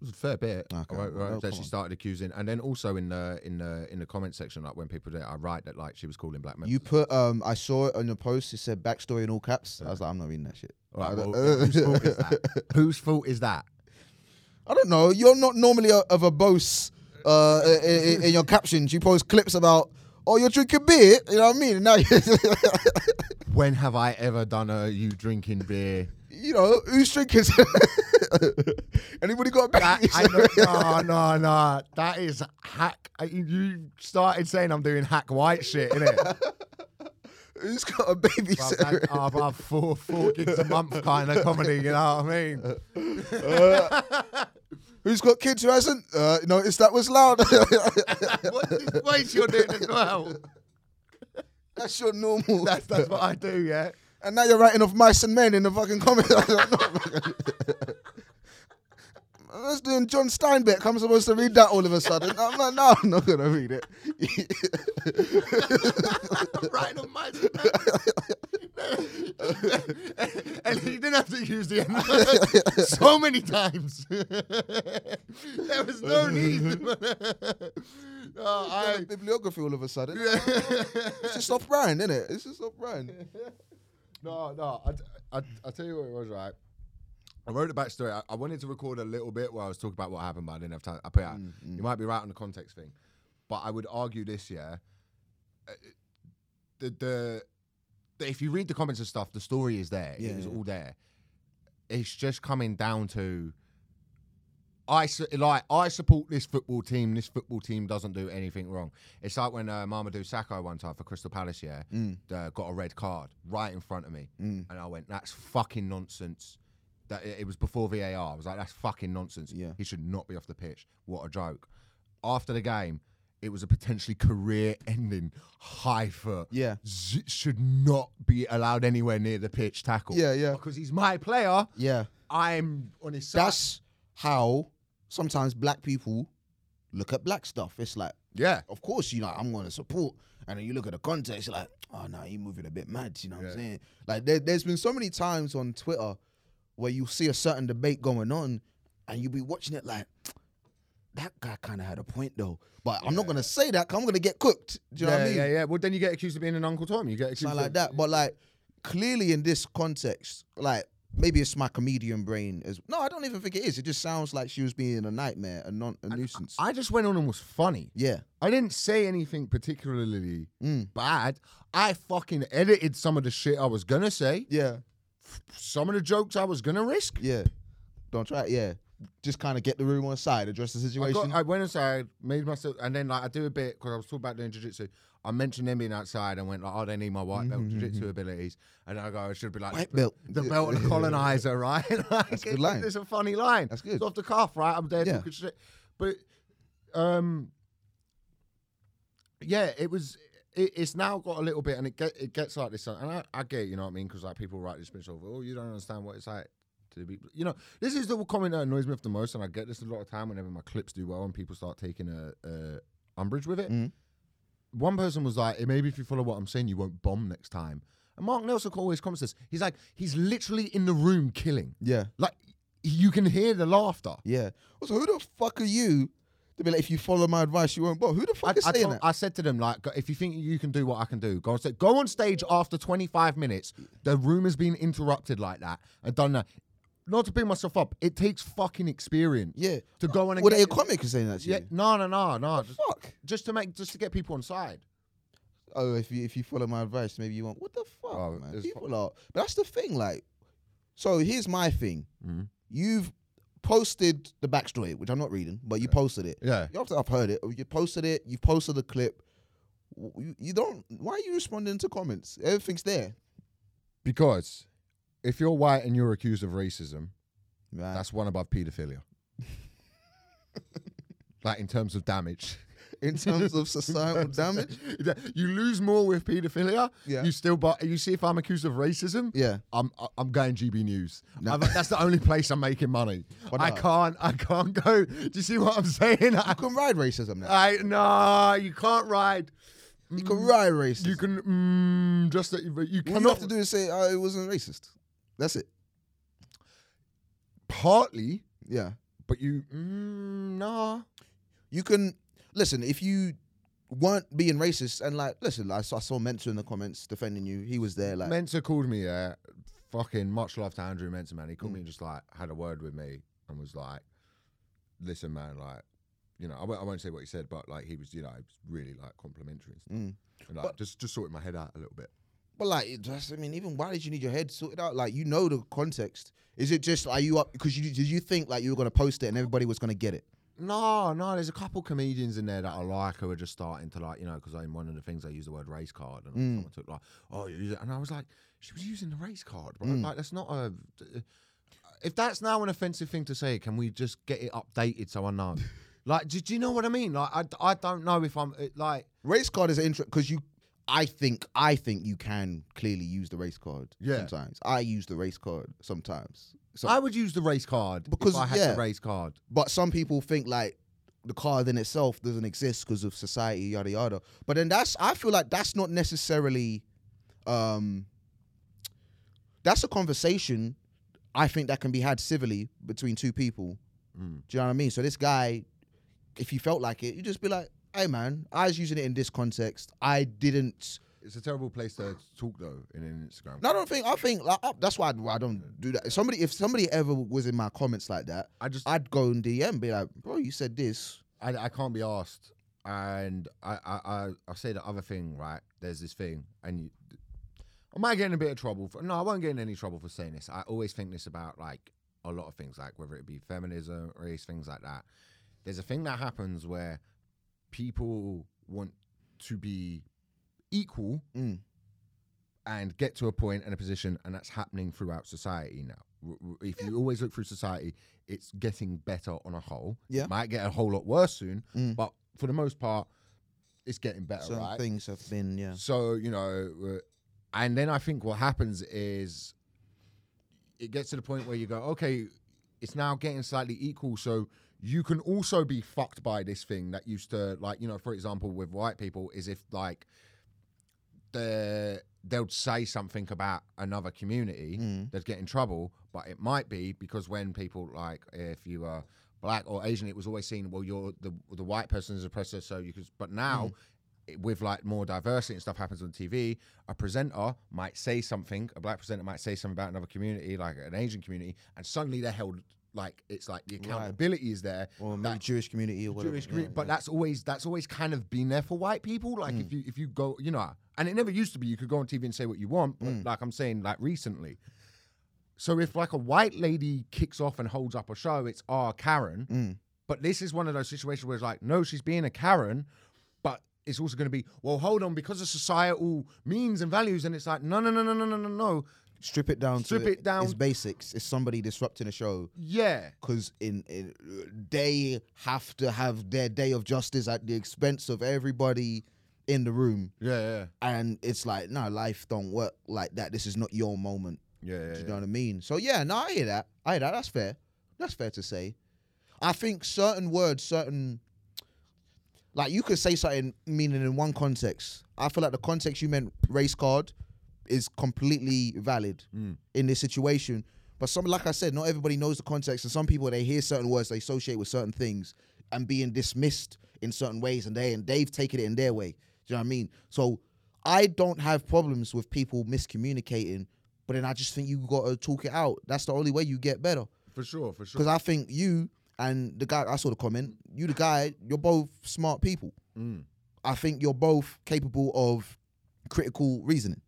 Speaker 1: it was a fair bit.
Speaker 2: Okay,
Speaker 1: Right, right,
Speaker 2: well,
Speaker 1: that
Speaker 2: come
Speaker 1: she
Speaker 2: on.
Speaker 1: started accusing, and then also in the in the in the comment section, like when people did, it, I write that like she was calling black men.
Speaker 2: You put. Um, I saw it on your post. It said backstory in all caps. I was like, I'm not reading that shit.
Speaker 1: All right,
Speaker 2: I
Speaker 1: well,
Speaker 2: don't-
Speaker 1: whose fault is that? Whose fault is that?
Speaker 2: I don't know. You're not normally a, of a boast uh, i- i- in, your captions. You post clips about, oh, you're drinking beer. You know what I mean? And now, you
Speaker 1: When have I ever done a you drinking beer?
Speaker 2: know, who's drinking? Anybody got a
Speaker 1: That,
Speaker 2: back?
Speaker 1: I know, no, no, no. That is hack. I- You started saying I'm doing hack white shit, innit?
Speaker 2: Who's got a baby?
Speaker 1: Bruv, that- oh, bruv, four, four gigs a month kind of comedy, you know what I mean?
Speaker 2: Who's got kids who hasn't? Uh, notice that was loud.
Speaker 1: What's this waste you're doing as well?
Speaker 2: that's your normal.
Speaker 1: That's, that's what I do, yeah?
Speaker 2: and now you're writing off mice and men in the fucking comments. I don't know. I was doing John Steinbeck. I'm supposed to read that all of a sudden. I'm like, no, I'm not gonna read it.
Speaker 1: right on my and he didn't have to use the N word so many times. there was no need. Oh, I,
Speaker 2: bibliography all of a sudden. it's just off brand, isn't it? It's just off brand.
Speaker 1: No, no. I, I, I tell you what it was, right? I wrote a backstory. I, I wanted to record a little bit where I was talking about what happened, but I didn't have time. I put it out. You might be right on the context thing, but I would argue this year, uh, the, the the if you read the comments and stuff, the story is there.
Speaker 2: Yeah,
Speaker 1: it was
Speaker 2: yeah.
Speaker 1: all there. It's just coming down to. I su- like I support this football team. This football team doesn't do anything wrong. It's like when uh, Mamadou Sakho one time for Crystal Palace, yeah, uh, got a red card right in front of me,
Speaker 2: Mm.
Speaker 1: and I went, "That's fucking nonsense." That it, it was before VAR. I was like, "That's fucking nonsense.
Speaker 2: Yeah.
Speaker 1: He should not be off the pitch. What a joke." After the game, it was a potentially career-ending high foot.
Speaker 2: Yeah.
Speaker 1: Z- should not be allowed anywhere near the pitch tackle.
Speaker 2: Yeah, yeah.
Speaker 1: Because he's my player.
Speaker 2: Yeah.
Speaker 1: I'm on his side.
Speaker 2: That's how sometimes black people look at black stuff. It's like,
Speaker 1: yeah.
Speaker 2: of course, you know, I'm going to support. And then you look at the context, you're like, oh, no, you moving a bit mad. You know what
Speaker 1: Yeah.
Speaker 2: I'm saying? Like, there, there's been so many times on Twitter where you see a certain debate going on and you be watching it like, that guy kind of had a point, though. But I'm not going to say that 'cause I'm going to get cooked. Do you know what I mean?
Speaker 1: Yeah, yeah. Well, then you get accused of being an Uncle Tom. You get accused
Speaker 2: something
Speaker 1: of
Speaker 2: like that. But like, clearly in this context, like maybe it's my comedian brain as no, I don't even think it is. It just sounds like she was being a nightmare, a non, a nuisance.
Speaker 1: I just went on and was funny.
Speaker 2: yeah,
Speaker 1: I didn't say anything particularly
Speaker 2: Mm.
Speaker 1: bad. I fucking edited some of the shit I was gonna say,
Speaker 2: yeah,
Speaker 1: some of the jokes I was gonna risk.
Speaker 2: yeah. Don't try it. Yeah, just kind of get the room on side, address the
Speaker 1: I,
Speaker 2: situation.
Speaker 1: got, I went inside, made myself, and then like I do a bit because I was talking about doing jujitsu. I mentioned them being outside and went like, "Oh, they need my white belt jujitsu abilities," and I go, "I should be like
Speaker 2: Mm-hmm, White
Speaker 1: the-
Speaker 2: belt.
Speaker 1: the belt of the colonizer, right?" like,
Speaker 2: a good
Speaker 1: it's-
Speaker 2: line.
Speaker 1: It's a funny line.
Speaker 2: That's good.
Speaker 1: It's off the cuff, right? I'm there
Speaker 2: Yeah.
Speaker 1: talking shit, but um, yeah, it was. It, it's now got a little bit, and it get, it gets like this, and I, I get, it, you know what I mean, because like people write this bitch over. Oh, you don't understand what it's like to be, you know. This is the comment that annoys me off the most, and I get this a lot of time whenever my clips do well and people start taking a, a umbrage with it. one person was like, "Hey, maybe if you follow what I'm saying, you won't bomb next time. And Mark Nelson always comments this. He's like, he's literally in the room killing.
Speaker 2: Yeah.
Speaker 1: Like, you can hear the laughter.
Speaker 2: Yeah. Also, who the fuck are you to be like, if you follow my advice, you won't bomb? Who the fuck
Speaker 1: I,
Speaker 2: is
Speaker 1: I
Speaker 2: saying
Speaker 1: told-
Speaker 2: that?
Speaker 1: I said to them, like, "Go- if you think you can do what I can do, go on stage. Go on stage after 25 minutes. The room has been interrupted like that and done that. Not to bring myself up, it takes fucking experience.
Speaker 2: yeah.
Speaker 1: To go on and
Speaker 2: Were
Speaker 1: get
Speaker 2: they a comic is saying that to
Speaker 1: Yeah,
Speaker 2: you?
Speaker 1: no, no, no, no. Just,
Speaker 2: Fuck.
Speaker 1: just to make, just to get people on side.
Speaker 2: Oh, if you if you follow my advice, maybe you won't. What the fuck,
Speaker 1: Oh,
Speaker 2: man?
Speaker 1: it's
Speaker 2: People are. But that's the thing, like. So here's my thing.
Speaker 1: Mhm.
Speaker 2: You've posted the backstory, which I'm not reading, but you posted it.
Speaker 1: Yeah.
Speaker 2: You After I've heard it, Oh, you posted it. You posted the clip. W- You, you don't. Why are you responding to comments? Everything's there.
Speaker 1: Because if you're white and you're accused of racism,
Speaker 2: Right.
Speaker 1: that's one above paedophilia. like in terms of damage.
Speaker 2: in terms of societal damage.
Speaker 1: you lose more with paedophilia.
Speaker 2: Yeah.
Speaker 1: You still, but you see, if I'm accused of racism,
Speaker 2: Yeah.
Speaker 1: I'm I- I'm going GB News.
Speaker 2: No.
Speaker 1: I've- that's the only place I'm making money.
Speaker 2: Why
Speaker 1: I
Speaker 2: not?
Speaker 1: can't I can't go. Do you see what I'm saying? I,
Speaker 2: You can ride racism now.
Speaker 1: I no, you can't ride. Mm,
Speaker 2: you can ride racism.
Speaker 1: Mm-hmm. You can mm, just that you, but you
Speaker 2: All you have
Speaker 1: cannot
Speaker 2: to do is say oh, it wasn't racist. That's it.
Speaker 1: partly,
Speaker 2: Yeah.
Speaker 1: but you mm, nah.
Speaker 2: You can listen if you weren't being racist and like listen. I saw, I saw Mentor in the comments defending you. He was there. Like
Speaker 1: Mentor called me, yeah. Fucking much love to Andrew Mentor, man. He called
Speaker 2: Mm.
Speaker 1: me and just like had a word with me and was like, listen, man, like, you know, I won't, I won't say what he said, but like he was, you know, he was really like complimentary and stuff.
Speaker 2: Mm.
Speaker 1: And like,
Speaker 2: But-
Speaker 1: just, just sorted my head out a little bit.
Speaker 2: But like, it just, I mean, even why did you need your head sorted out? Like, you know the context. Is it just are you up because you did you think like you were gonna post it and everybody was gonna get it?
Speaker 1: No, no, there's a couple comedians in there that I like who are just starting to like, you know, because in one of the things I used the word race card and
Speaker 2: Mm.
Speaker 1: someone took like, oh, you use it. And I was like, she was using the race card, bro.
Speaker 2: Mm.
Speaker 1: Like, that's not a. If that's now an offensive thing to say, can we just get it updated so I know? like, do, do you know what I mean? Like, I, I don't know if I'm it, like.
Speaker 2: Race card is interesting because you, I think I think you can clearly use the race card.
Speaker 1: Yeah.
Speaker 2: Sometimes I use the race card sometimes. So,
Speaker 1: I would use the race card
Speaker 2: Because,
Speaker 1: if I had
Speaker 2: yeah.
Speaker 1: the race card.
Speaker 2: but some people think like the card in itself doesn't exist because of society yada yada. But then that's I feel like that's not necessarily, um, that's a conversation. I think that can be had civilly between two people.
Speaker 1: Mm.
Speaker 2: Do you know what I mean? So this guy, if he felt like it, you just be like, "Hey, man, I was using it in this context. I didn't."
Speaker 1: It's a terrible place to talk though in an Instagram.
Speaker 2: No, I don't think. I think like, I- that's why I, why I don't do that. If somebody, if somebody ever was in my comments like that,
Speaker 1: I just
Speaker 2: I'd go and DM, be like, "Bro, you said this."
Speaker 1: I, I can't be asked. And I, I, I, I say the other thing, right? There's this thing, and you, am I getting a bit of trouble? For, no, I won't get in any trouble for saying this. I always think this about like a lot of things, like whether it be feminism, race, things like that. There's a thing that happens where people want to be equal
Speaker 2: Mm.
Speaker 1: and get to a point and a position, and that's happening throughout society now. W- w- If you always look through society, it's getting better on a whole.
Speaker 2: Yeah.
Speaker 1: It might get a whole lot worse soon,
Speaker 2: Mm.
Speaker 1: but for the most part, it's getting better,
Speaker 2: Certain
Speaker 1: right?
Speaker 2: things have been, yeah.
Speaker 1: So, you know, uh, and then I think what happens is it gets to the point where you go, okay, it's now getting slightly equal. So you can also be fucked by this thing that used to, like, you know, for example, with white people, is if, like, the they'll say something about another community
Speaker 2: Mm.
Speaker 1: they'd get in trouble but it might be because when people like if you are black or asian it was always seen well you're the the white person is oppressor so you could but now it- with like more diversity and stuff happens on tv a presenter might say something a black presenter might say something about another community like an asian community and suddenly they're held like it's like the accountability is there
Speaker 2: Or maybe
Speaker 1: that-
Speaker 2: Jewish community or whatever.
Speaker 1: Jewish
Speaker 2: yeah,
Speaker 1: community, but
Speaker 2: yeah.
Speaker 1: that's always that's always kind of been there for white people. Like if you if you go, you know, and it never used to be. You could go on TV and say what you want, but like I'm saying, like recently. So if like a white lady kicks off and holds up a show, it's ah Karen. But this is one of those situations where it's like, no, she's being a Karen, but it's also going to be well, hold on, because of societal means and values, and it's like, no, no, no, no, no, no, no, no.
Speaker 2: strip it down.
Speaker 1: Strip
Speaker 2: to
Speaker 1: it down.
Speaker 2: It's basics. It's somebody disrupting a show
Speaker 1: Yeah,
Speaker 2: because in, in they have to have their day of justice at the expense of everybody in the room,
Speaker 1: yeah,
Speaker 2: and it's like, no, life don't work like that. This is not your moment.
Speaker 1: yeah, yeah,
Speaker 2: Do
Speaker 1: yeah.
Speaker 2: you
Speaker 1: yeah.
Speaker 2: know what I mean? So yeah, no, I hear that. I hear that. That's fair. That's fair to say. I think certain words, certain Like you could say something meaning in one context. I feel like the context you meant race card is completely valid in this situation. But some, like I said, not everybody knows the context, and some people they hear certain words they associate with certain things and being dismissed in certain ways, and they and they've taken it in their way. Do you know what I mean? So I don't have problems with people miscommunicating, but then I just think you got to talk it out. That's the only way you get better.
Speaker 1: For sure, for sure.
Speaker 2: Because I think you and the guy, I saw the comment, you the guy, you're both smart people.
Speaker 1: Mm.
Speaker 2: I think you're both capable of critical reasoning.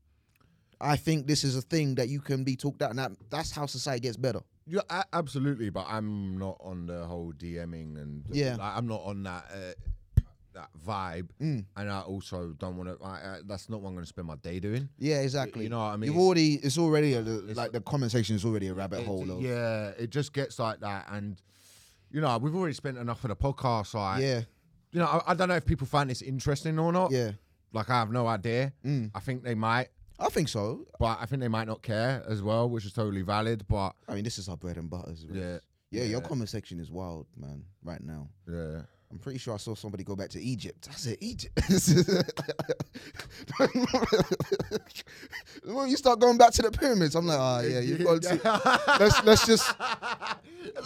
Speaker 2: I think this is a thing that you can be talked out, and that, that's how society gets better.
Speaker 1: Yeah, a- absolutely. But I'm not on the whole DMing and
Speaker 2: Yeah.
Speaker 1: like, I'm not on that uh, that vibe,
Speaker 2: Mm.
Speaker 1: and I also don't want to. I, I, that's not what I'm going to spend my day doing.
Speaker 2: Yeah, exactly.
Speaker 1: you know what I
Speaker 2: You've
Speaker 1: mean?
Speaker 2: already, it's already a, like the conversation is already a rabbit hole.
Speaker 1: It-
Speaker 2: of-
Speaker 1: yeah, it just gets like that, and you know we've already spent enough on the podcast side.
Speaker 2: yeah,
Speaker 1: you know I, I don't know if people find this interesting or not.
Speaker 2: yeah. Mm.
Speaker 1: like I have no idea. I think they might,
Speaker 2: I think so.
Speaker 1: but I think they might not care as well, which is totally valid. But
Speaker 2: I mean, this is our bread and butters. really.
Speaker 1: Yeah.
Speaker 2: yeah. Your
Speaker 1: Yeah.
Speaker 2: comment section is wild, man. Right now.
Speaker 1: yeah.
Speaker 2: I'm pretty sure I saw somebody go back to Egypt. I said Egypt. when you start going back to the pyramids, I'm like,
Speaker 3: "Ah,
Speaker 2: oh yeah, you've gone to. Let's let's just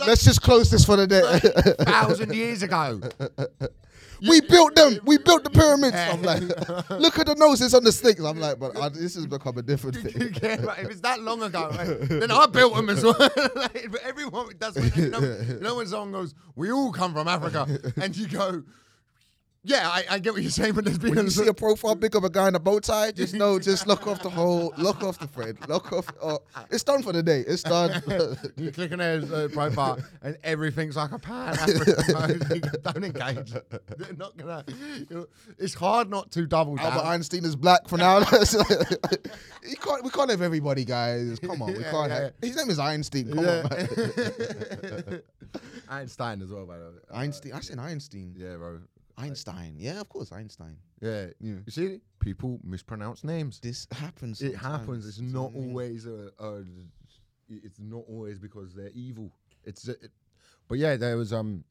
Speaker 2: let's just close this for the day.
Speaker 1: thousand years ago.
Speaker 3: We built them. We built the pyramids. I'm like, look at the noses on the snakes. I'm like, but I, this has become a different thing.
Speaker 1: Who cares? Like, if it's that long ago, like, then I built them as well. like, but everyone does. Like, you, know, you know when someone goes, "We all come from Africa," and you go, "Yeah, I, I get what you're saying," but there's been
Speaker 3: You see a profile pic of a guy in a bow tie, just know, just lock off the whole, lock off the thread, lock off. Oh, it's done for the day. It's done.
Speaker 1: you click on their uh, profile and everything's like a pan African mode. You go, Don't engage. They're not gonna. you- It's hard not to
Speaker 2: Oh,
Speaker 1: double down.
Speaker 3: Albert Einstein is black
Speaker 2: Black for now. you can't. We can't have everybody, guys. Come on, we
Speaker 1: Yeah,
Speaker 2: can't.
Speaker 1: yeah,
Speaker 2: have, His name is Einstein. Come on, man.
Speaker 1: yeah. Einstein as well, by the way.
Speaker 2: Einstein. I said Einstein.
Speaker 1: Yeah, bro.
Speaker 2: Einstein. Yeah, of course, Einstein.
Speaker 1: Yeah. You see, people mispronounce names.
Speaker 2: This happens.
Speaker 1: It
Speaker 2: sometimes.
Speaker 1: happens. It's
Speaker 2: Do you know
Speaker 1: not
Speaker 2: what I mean?
Speaker 1: always a, a. It's not always because they're evil. It's. A, it, but yeah, there was um.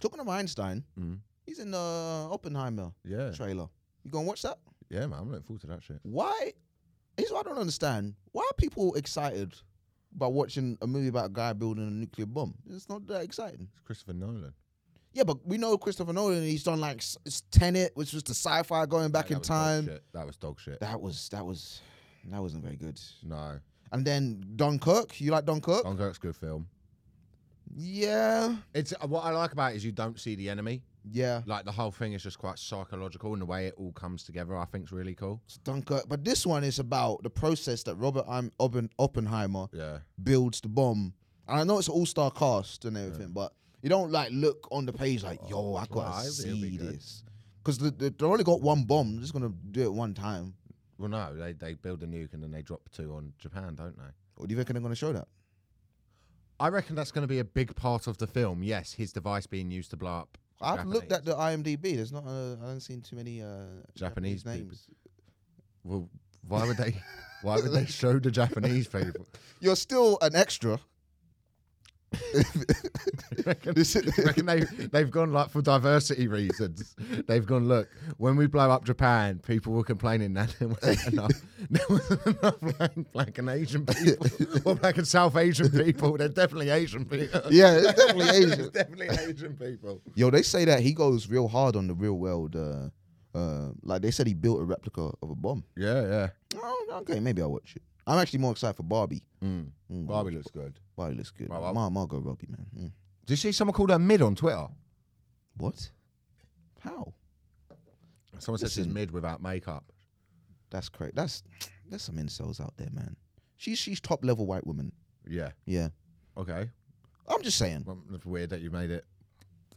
Speaker 2: Talking of Einstein, he's in uh, Oppenheimer
Speaker 1: Mm. Yeah.
Speaker 2: trailer. You gonna watch that?
Speaker 1: Yeah, man. I'm looking forward to that shit.
Speaker 2: Why? Here's what I don't understand. Why are people excited by watching a movie about a guy building a nuclear bomb? It's not that exciting.
Speaker 1: It's Christopher Nolan.
Speaker 2: Yeah, but we know Christopher Nolan. He's done like s- s- Tenet, which was the sci-fi going back
Speaker 1: That
Speaker 2: in
Speaker 1: was dog
Speaker 2: time.
Speaker 1: shit. That was dog shit.
Speaker 2: That was that was that wasn't very good.
Speaker 1: No.
Speaker 2: And then Dunkirk. You like Dunkirk?
Speaker 1: Dunkirk's a good film.
Speaker 2: Yeah,
Speaker 1: It's uh, what I like about it is you don't see the enemy.
Speaker 2: yeah.
Speaker 1: Like the whole thing is just quite psychological, and the way it all comes together, I think's really cool.
Speaker 2: It's Dunkirk. But this one is about the process that Robert I'm- Oppen- Oppenheimer
Speaker 1: Yeah.
Speaker 2: builds the bomb. And I know it's an all-star cast and everything, but you don't like look on the page like, yo, I gotta
Speaker 1: Right, it'll be
Speaker 2: see
Speaker 1: good.
Speaker 2: this. Because the, the, they only got one bomb. They're just gonna do it one time.
Speaker 1: Well, no, they, they build a nuke and then they drop two on Japan, don't they?
Speaker 2: Or do you reckon they're gonna show that?
Speaker 1: I reckon that's going to be a big part of the film. Yes, his device being used to blow up.
Speaker 2: I've looked at
Speaker 1: Japanese.
Speaker 2: the IMDb. There's not. Uh, I haven't seen too many uh,
Speaker 1: Japanese people.
Speaker 2: names.
Speaker 1: Well, why would they? why would they show the Japanese people?
Speaker 2: You're still an extra.
Speaker 1: You reckon, you reckon they they've gone like for diversity reasons. They've gone look when we blow up Japan, people were complaining that there wasn't enough, there wasn't enough black, black and Asian people or black and South Asian people. They're definitely Asian people.
Speaker 2: Yeah, it's definitely Asian.
Speaker 1: There's definitely Asian people.
Speaker 2: Yo, they say that he goes real hard on the real world. Uh, uh, like they said, he built a replica of a bomb.
Speaker 1: Yeah, yeah.
Speaker 2: Oh, okay, maybe I'll watch it. I'm actually more excited for Barbie.
Speaker 1: Mm.
Speaker 2: Mm,
Speaker 1: Barbie looks good.
Speaker 2: Barbie looks good.
Speaker 1: Well, well-
Speaker 2: Mar- Margot Robbie, man. Mm.
Speaker 1: Did you see someone called her mid on Twitter?
Speaker 2: What? How?
Speaker 1: Someone says she's
Speaker 2: Listen.
Speaker 1: mid without makeup.
Speaker 2: That's crazy. That's there's some incels out there, man. She's she's top level white woman.
Speaker 1: Yeah.
Speaker 2: Yeah,
Speaker 1: Okay.
Speaker 2: I'm just saying.
Speaker 1: Well, that's weird that you made it.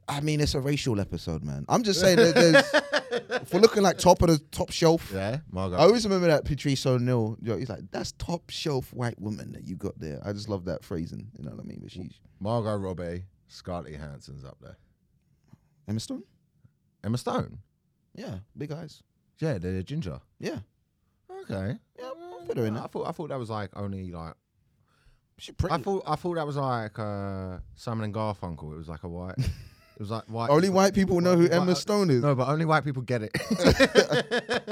Speaker 2: I mean, it's a racial episode, man. I'm just saying that there's for looking like top of Oh. the top shelf.
Speaker 1: Yeah, Margot.
Speaker 2: I always remember that Patrice O'Neill. Yo, he's like, that's top shelf white woman that you got there. I just love that phrasing. You know what I mean? But she's
Speaker 1: Margot Robbie, Scarlett Johansson's up there.
Speaker 2: Emma Stone.
Speaker 1: Emma Stone.
Speaker 2: Yeah, big eyes.
Speaker 1: Yeah, they're ginger.
Speaker 2: Yeah,
Speaker 1: Okay.
Speaker 2: yeah, I'll put her in.
Speaker 1: I
Speaker 2: that.
Speaker 1: thought I thought that was like only like
Speaker 2: She pretty.
Speaker 1: I thought I thought that was like uh, Simon and Garfunkel. It was like a white. it was like white.
Speaker 2: Only
Speaker 1: people-
Speaker 2: white people know who
Speaker 1: white-
Speaker 2: Emma
Speaker 1: white-
Speaker 2: Stone is.
Speaker 1: No, but only white people get it.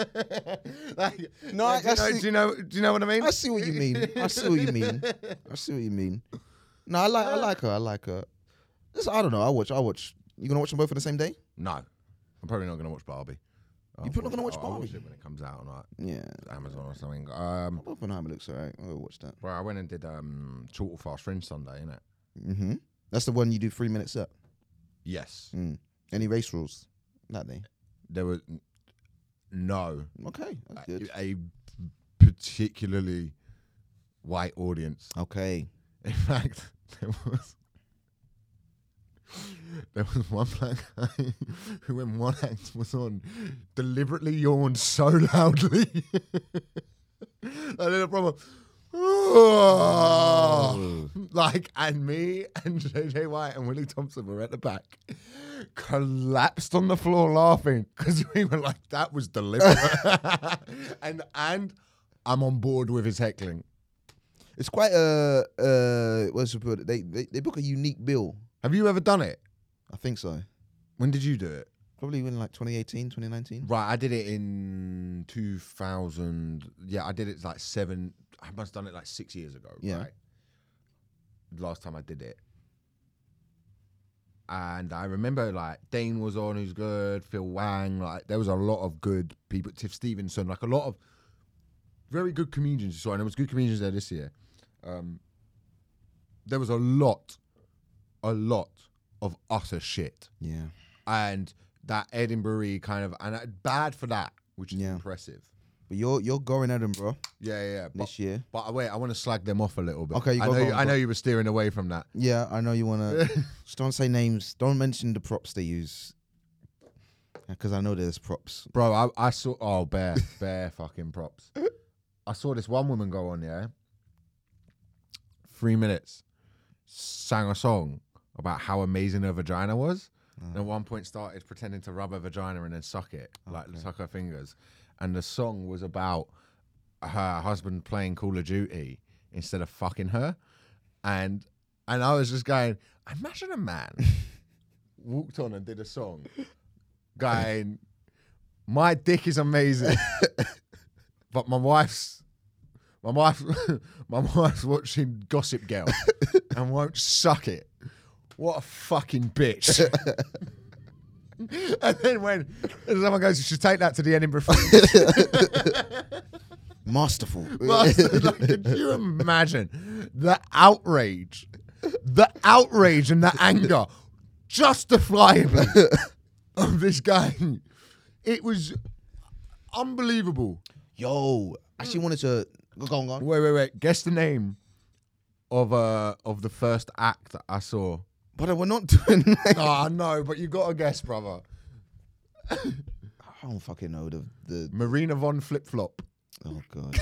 Speaker 1: Like,
Speaker 2: No,
Speaker 1: like, do, you
Speaker 2: I- I
Speaker 1: know,
Speaker 2: see-
Speaker 1: do you know? Do you know what I mean?
Speaker 2: I see what you mean. I see what you mean. I see what you mean. No, I like I like her. I like her. This- I don't know. I watch. I watch. You gonna watch them both on the same day?
Speaker 1: No, I'm probably not gonna watch Barbie. I'll
Speaker 2: probably not gonna watch
Speaker 1: I'll watch
Speaker 2: Barbie?
Speaker 1: it when it comes out on like,
Speaker 2: Yeah.
Speaker 1: Amazon or something. Um,
Speaker 2: Oppenheimer looks alright. I'll watch that.
Speaker 1: well, I went and did um, Total Fast Fringe Sunday, innit?
Speaker 2: Mm-hmm. That's the one you do three minutes up.
Speaker 1: Yes,
Speaker 2: Mm. Any race rules? That day.
Speaker 1: there was no
Speaker 2: Okay. That's
Speaker 1: a,
Speaker 2: good.
Speaker 1: a particularly white audience.
Speaker 2: Okay.
Speaker 1: In fact, there was there was one black guy who, when one act was on, deliberately yawned so loudly. I did a proper. Like and me and JJ White and Willie Thompson were at the back, collapsed on the floor laughing because we were like, "That was deliberate," and and I'm on board with his heckling.
Speaker 2: It's quite a uh, what's the word? They, they they book a unique bill.
Speaker 1: Have you ever done it?
Speaker 2: I think so.
Speaker 1: When did you do it?
Speaker 2: Probably in like 2018, 2019.
Speaker 1: Right, I did it in 2000. Yeah, I did it like seven. I must have done it like six years ago.
Speaker 2: Yeah.
Speaker 1: Right? Last time I did it. And I remember like Dane was on, who's good, Phil Wang. Like there was a lot of good people, Tiff Stevenson, like a lot of very good comedians you saw. And there was good comedians there this year. Um, there was a lot, a lot of utter shit
Speaker 2: Yeah.
Speaker 1: and that Edinburgh kind of and uh, bad for that, which is
Speaker 2: Yeah.
Speaker 1: impressive.
Speaker 2: But you're you're going at them, bro.
Speaker 1: Yeah, yeah. yeah. But,
Speaker 2: This year.
Speaker 1: but wait, I want to slag them off a little bit.
Speaker 2: Okay, you
Speaker 1: I
Speaker 2: go,
Speaker 1: know,
Speaker 2: go
Speaker 1: you,
Speaker 2: on,
Speaker 1: I
Speaker 2: go
Speaker 1: know you were steering away from that.
Speaker 2: Yeah, I know you wanna. just don't say names. Don't mention the props they use, because I know there's props.
Speaker 1: Bro, I, I saw oh bear bear fucking props. I saw this one woman go on yeah. Three minutes, sang a song about how amazing her vagina was, and at one point started pretending to rub her vagina and then suck it, like suck her fingers, and the song was about her husband playing Call of Duty instead of fucking her, and and I was just going, imagine a man walked on and did a song, going. My dick is amazing, but my wife's my wife my wife's watching Gossip Girl and won't suck it. What a fucking bitch! and then when someone goes, you should take that to the Edinburgh. Fringe."
Speaker 2: Masterful.
Speaker 1: Bastard, like, could you imagine the outrage, the outrage and the anger, justifiably of this guy? It was unbelievable.
Speaker 2: Yo, actually wanted to go on. Go on.
Speaker 1: Wait, wait, wait. Guess the name of uh of the first act that I saw.
Speaker 2: But we're not doing. That.
Speaker 1: Ah, no, but you gotta guess, brother.
Speaker 2: I don't fucking know the the.
Speaker 1: Marina von Flip Flop.
Speaker 2: Oh god,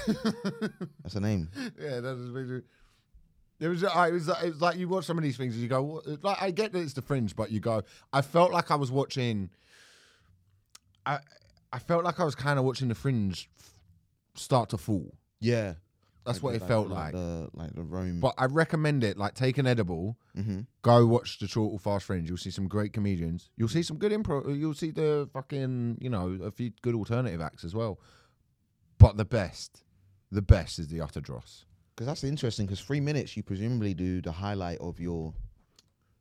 Speaker 2: that's a name.
Speaker 1: Yeah, that is really. It was, I- it was, uh, it was like you watch some of these things and you go, "What?" it's like I get that it's the fringe, but you go, I felt like I was watching. I, I felt like I was kind of watching the fringe start to fall.
Speaker 2: Yeah,
Speaker 1: That's
Speaker 2: Like
Speaker 1: what
Speaker 2: the-
Speaker 1: it felt like.
Speaker 2: The, like the Rome.
Speaker 1: But I recommend it. Like, take an edible.
Speaker 2: mm-hmm.
Speaker 1: go watch the Chortle Fast Fringe. You'll see some great comedians. You'll see some good improv. You'll see the fucking, you know, a few good alternative acts as well. But the best, the best is the utter dross.
Speaker 2: Because that's interesting. Because three minutes, you presumably do the highlight of your.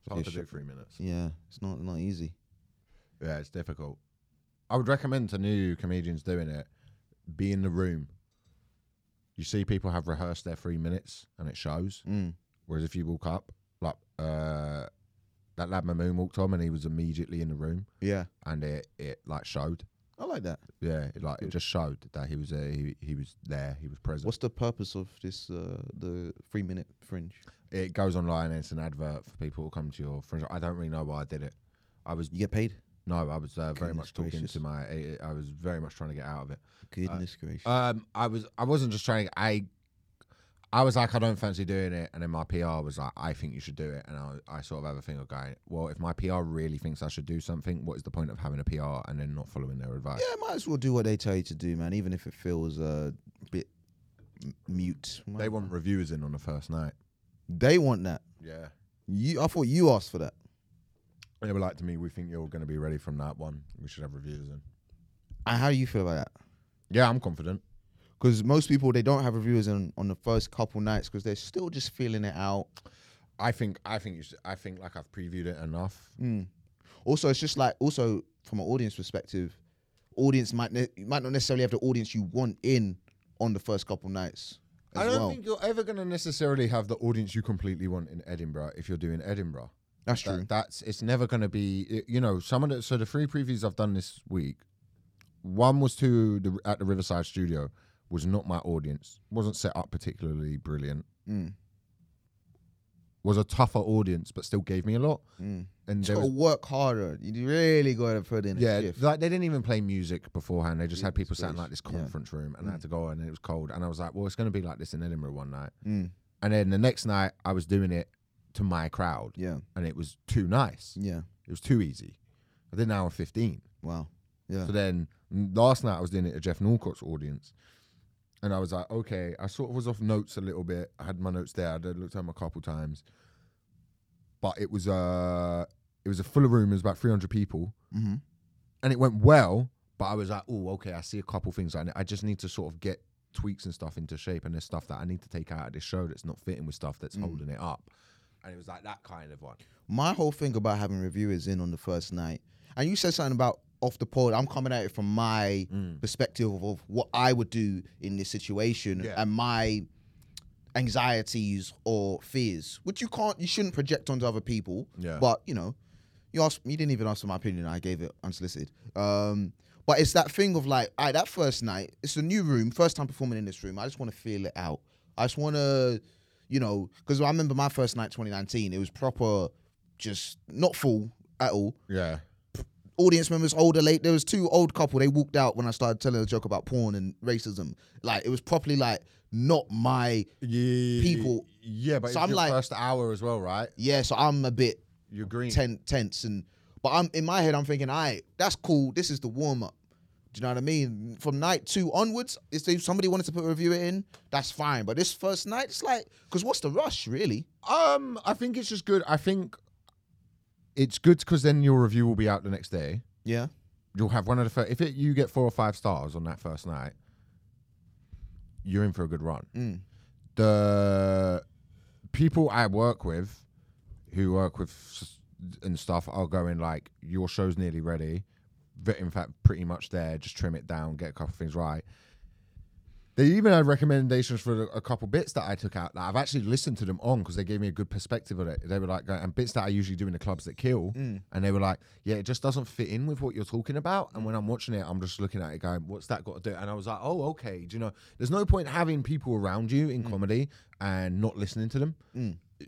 Speaker 1: It's hard to
Speaker 2: Yeah,
Speaker 1: do three minutes.
Speaker 2: Yeah, it's not not easy.
Speaker 1: Yeah, it's difficult. I would recommend to new comedians doing it, be in the room. You see people have rehearsed their three minutes and it shows.
Speaker 2: Mm.
Speaker 1: Whereas if you walk up, like uh, that lad Mamoon walked on and he was immediately in the room
Speaker 2: Yeah,
Speaker 1: and it, it like showed.
Speaker 2: I like that.
Speaker 1: Yeah, it, like it just showed that he was uh, he he was there, he was present.
Speaker 2: What's the purpose of this? Uh, the three minute fringe.
Speaker 1: It goes online and it's an advert for people who come to your fringe. I don't really know why I did it. I was
Speaker 2: You get paid.
Speaker 1: no, I was uh, very
Speaker 2: Goodness
Speaker 1: much talking
Speaker 2: gracious.
Speaker 1: to my. eh, I, I was very much trying to get out of it.
Speaker 2: Goodness gracious.
Speaker 1: Um, I was I wasn't just trying. I I was like I don't fancy doing it, and then my PR was like I think you should do it, and I I sort of have a thing of going. Well, if my PR really thinks I should do something, what is the point of having a PR and then not following their advice?
Speaker 2: yeah, might as well do what they tell you to do, man. Even if it feels a bit m- mute.
Speaker 1: They want reviewers in on the first night.
Speaker 2: They want that.
Speaker 1: Yeah.
Speaker 2: You. I thought you asked for that.
Speaker 1: They were like to me, we think you're going to be ready from that one. We should have reviews in.
Speaker 2: And how do you feel about that?
Speaker 1: Yeah, I'm confident.
Speaker 2: Because most people they don't have reviewers on, on the first couple nights because they're still just feeling it out.
Speaker 1: I think I think you should, I think like I've previewed it enough.
Speaker 2: Mm, Also, it's just like also from an audience perspective, audience might ne- you might not necessarily have the audience you want in on the first couple nights. As
Speaker 1: I don't
Speaker 2: well.
Speaker 1: think you're ever going to necessarily have the audience you completely want in Edinburgh if you're doing Edinburgh.
Speaker 2: that's
Speaker 1: That-
Speaker 2: true.
Speaker 1: that's it's never going to be i- you know some of the so the three previews I've done this week. One was to the at the Riverside Studio was not my audience. wasn't set up particularly brilliant.
Speaker 2: Mm.
Speaker 1: Was a tougher audience, but still gave me a lot.
Speaker 2: Mm.
Speaker 1: And
Speaker 2: Just
Speaker 1: there
Speaker 2: gotta
Speaker 1: was,
Speaker 2: work harder. You really gotta put in a
Speaker 1: yeah,
Speaker 2: shift.
Speaker 1: like they didn't even play music beforehand. They just had people sat in
Speaker 2: space.
Speaker 1: like this
Speaker 2: Yeah.
Speaker 1: conference room, and I had to go in, and it was cold. And I was like, well, it's going to be like this in Edinburgh one night.
Speaker 2: Mm.
Speaker 1: And then the next night, I was doing it to my crowd,
Speaker 2: Yeah,
Speaker 1: and it was too nice.
Speaker 2: yeah.
Speaker 1: It was too easy. I did an hour fifteen.
Speaker 2: Wow. Yeah.
Speaker 1: So then mm, last night I was doing it to Jeff Norcott's audience. And I was like, okay, I sort of was off notes a little bit. I had my notes there. I did- looked at them a couple times. But it was uh it was a fuller room, it was about 300 people.
Speaker 2: Mm-hmm.
Speaker 1: And it went well, but I was like, oh, okay, I see a couple things. I, I just need to sort of get tweaks and stuff into shape. And there's stuff that I need to take out of this show that's not fitting with stuff that's holding it up. And it was like that kind of one.
Speaker 2: my whole thing about having reviewers in on the first night, and you said something about off the pod. I'm coming at it from my
Speaker 1: Mm.
Speaker 2: perspective of, of what I would do in this situation
Speaker 1: Yeah.
Speaker 2: and my anxieties or fears, which you can't, you shouldn't project onto other people.
Speaker 1: Yeah.
Speaker 2: But you know, you asked, you didn't even ask for my opinion. I gave it unsolicited. Um, but it's that thing of like, I that first night, it's a new room, first time performing in this room. I just want to feel it out. I just want to, you know, because I remember my first night, 2019. It was proper, just not full at all
Speaker 1: Yeah.
Speaker 2: audience members older late there was two old couple they walked out when i started telling a joke about porn and racism like it was properly like not my
Speaker 1: Yeah.
Speaker 2: People-
Speaker 1: Yeah, but
Speaker 2: So
Speaker 1: it's
Speaker 2: I'm
Speaker 1: your
Speaker 2: like-
Speaker 1: first hour as well, right?
Speaker 2: yeah so i'm a bit
Speaker 1: You're green.
Speaker 2: ten, tense and but i'm in my head i'm thinking all right that's cool this is the warm-up do you know what i mean from night two onwards if they- somebody wanted to put a review in that's fine but this first night it's like because what's the rush really
Speaker 1: Um, I think it's just good. I think it's good because then your review will be out the next day.
Speaker 2: yeah
Speaker 1: You'll have one of the first, if it, you get four or five stars on that first night, you're in for a good run.
Speaker 2: Mm.
Speaker 1: The people I work with, who work with s- and stuff, are going like, "Your show's nearly ready." But in fact, pretty much there. Just trim it down, get a couple things right. They even had recommendations for a couple bits that I took out that I've actually listened to them on because they gave me a good perspective of it. They were like, and bits that I usually do in the clubs that kill, and they were like, yeah, it just doesn't fit in with what you're talking about. And when I'm watching it, I'm just looking at it going, what's that got to do? And I was like, oh, okay. Do you know, there's no point having people around you in comedy and not listening to them,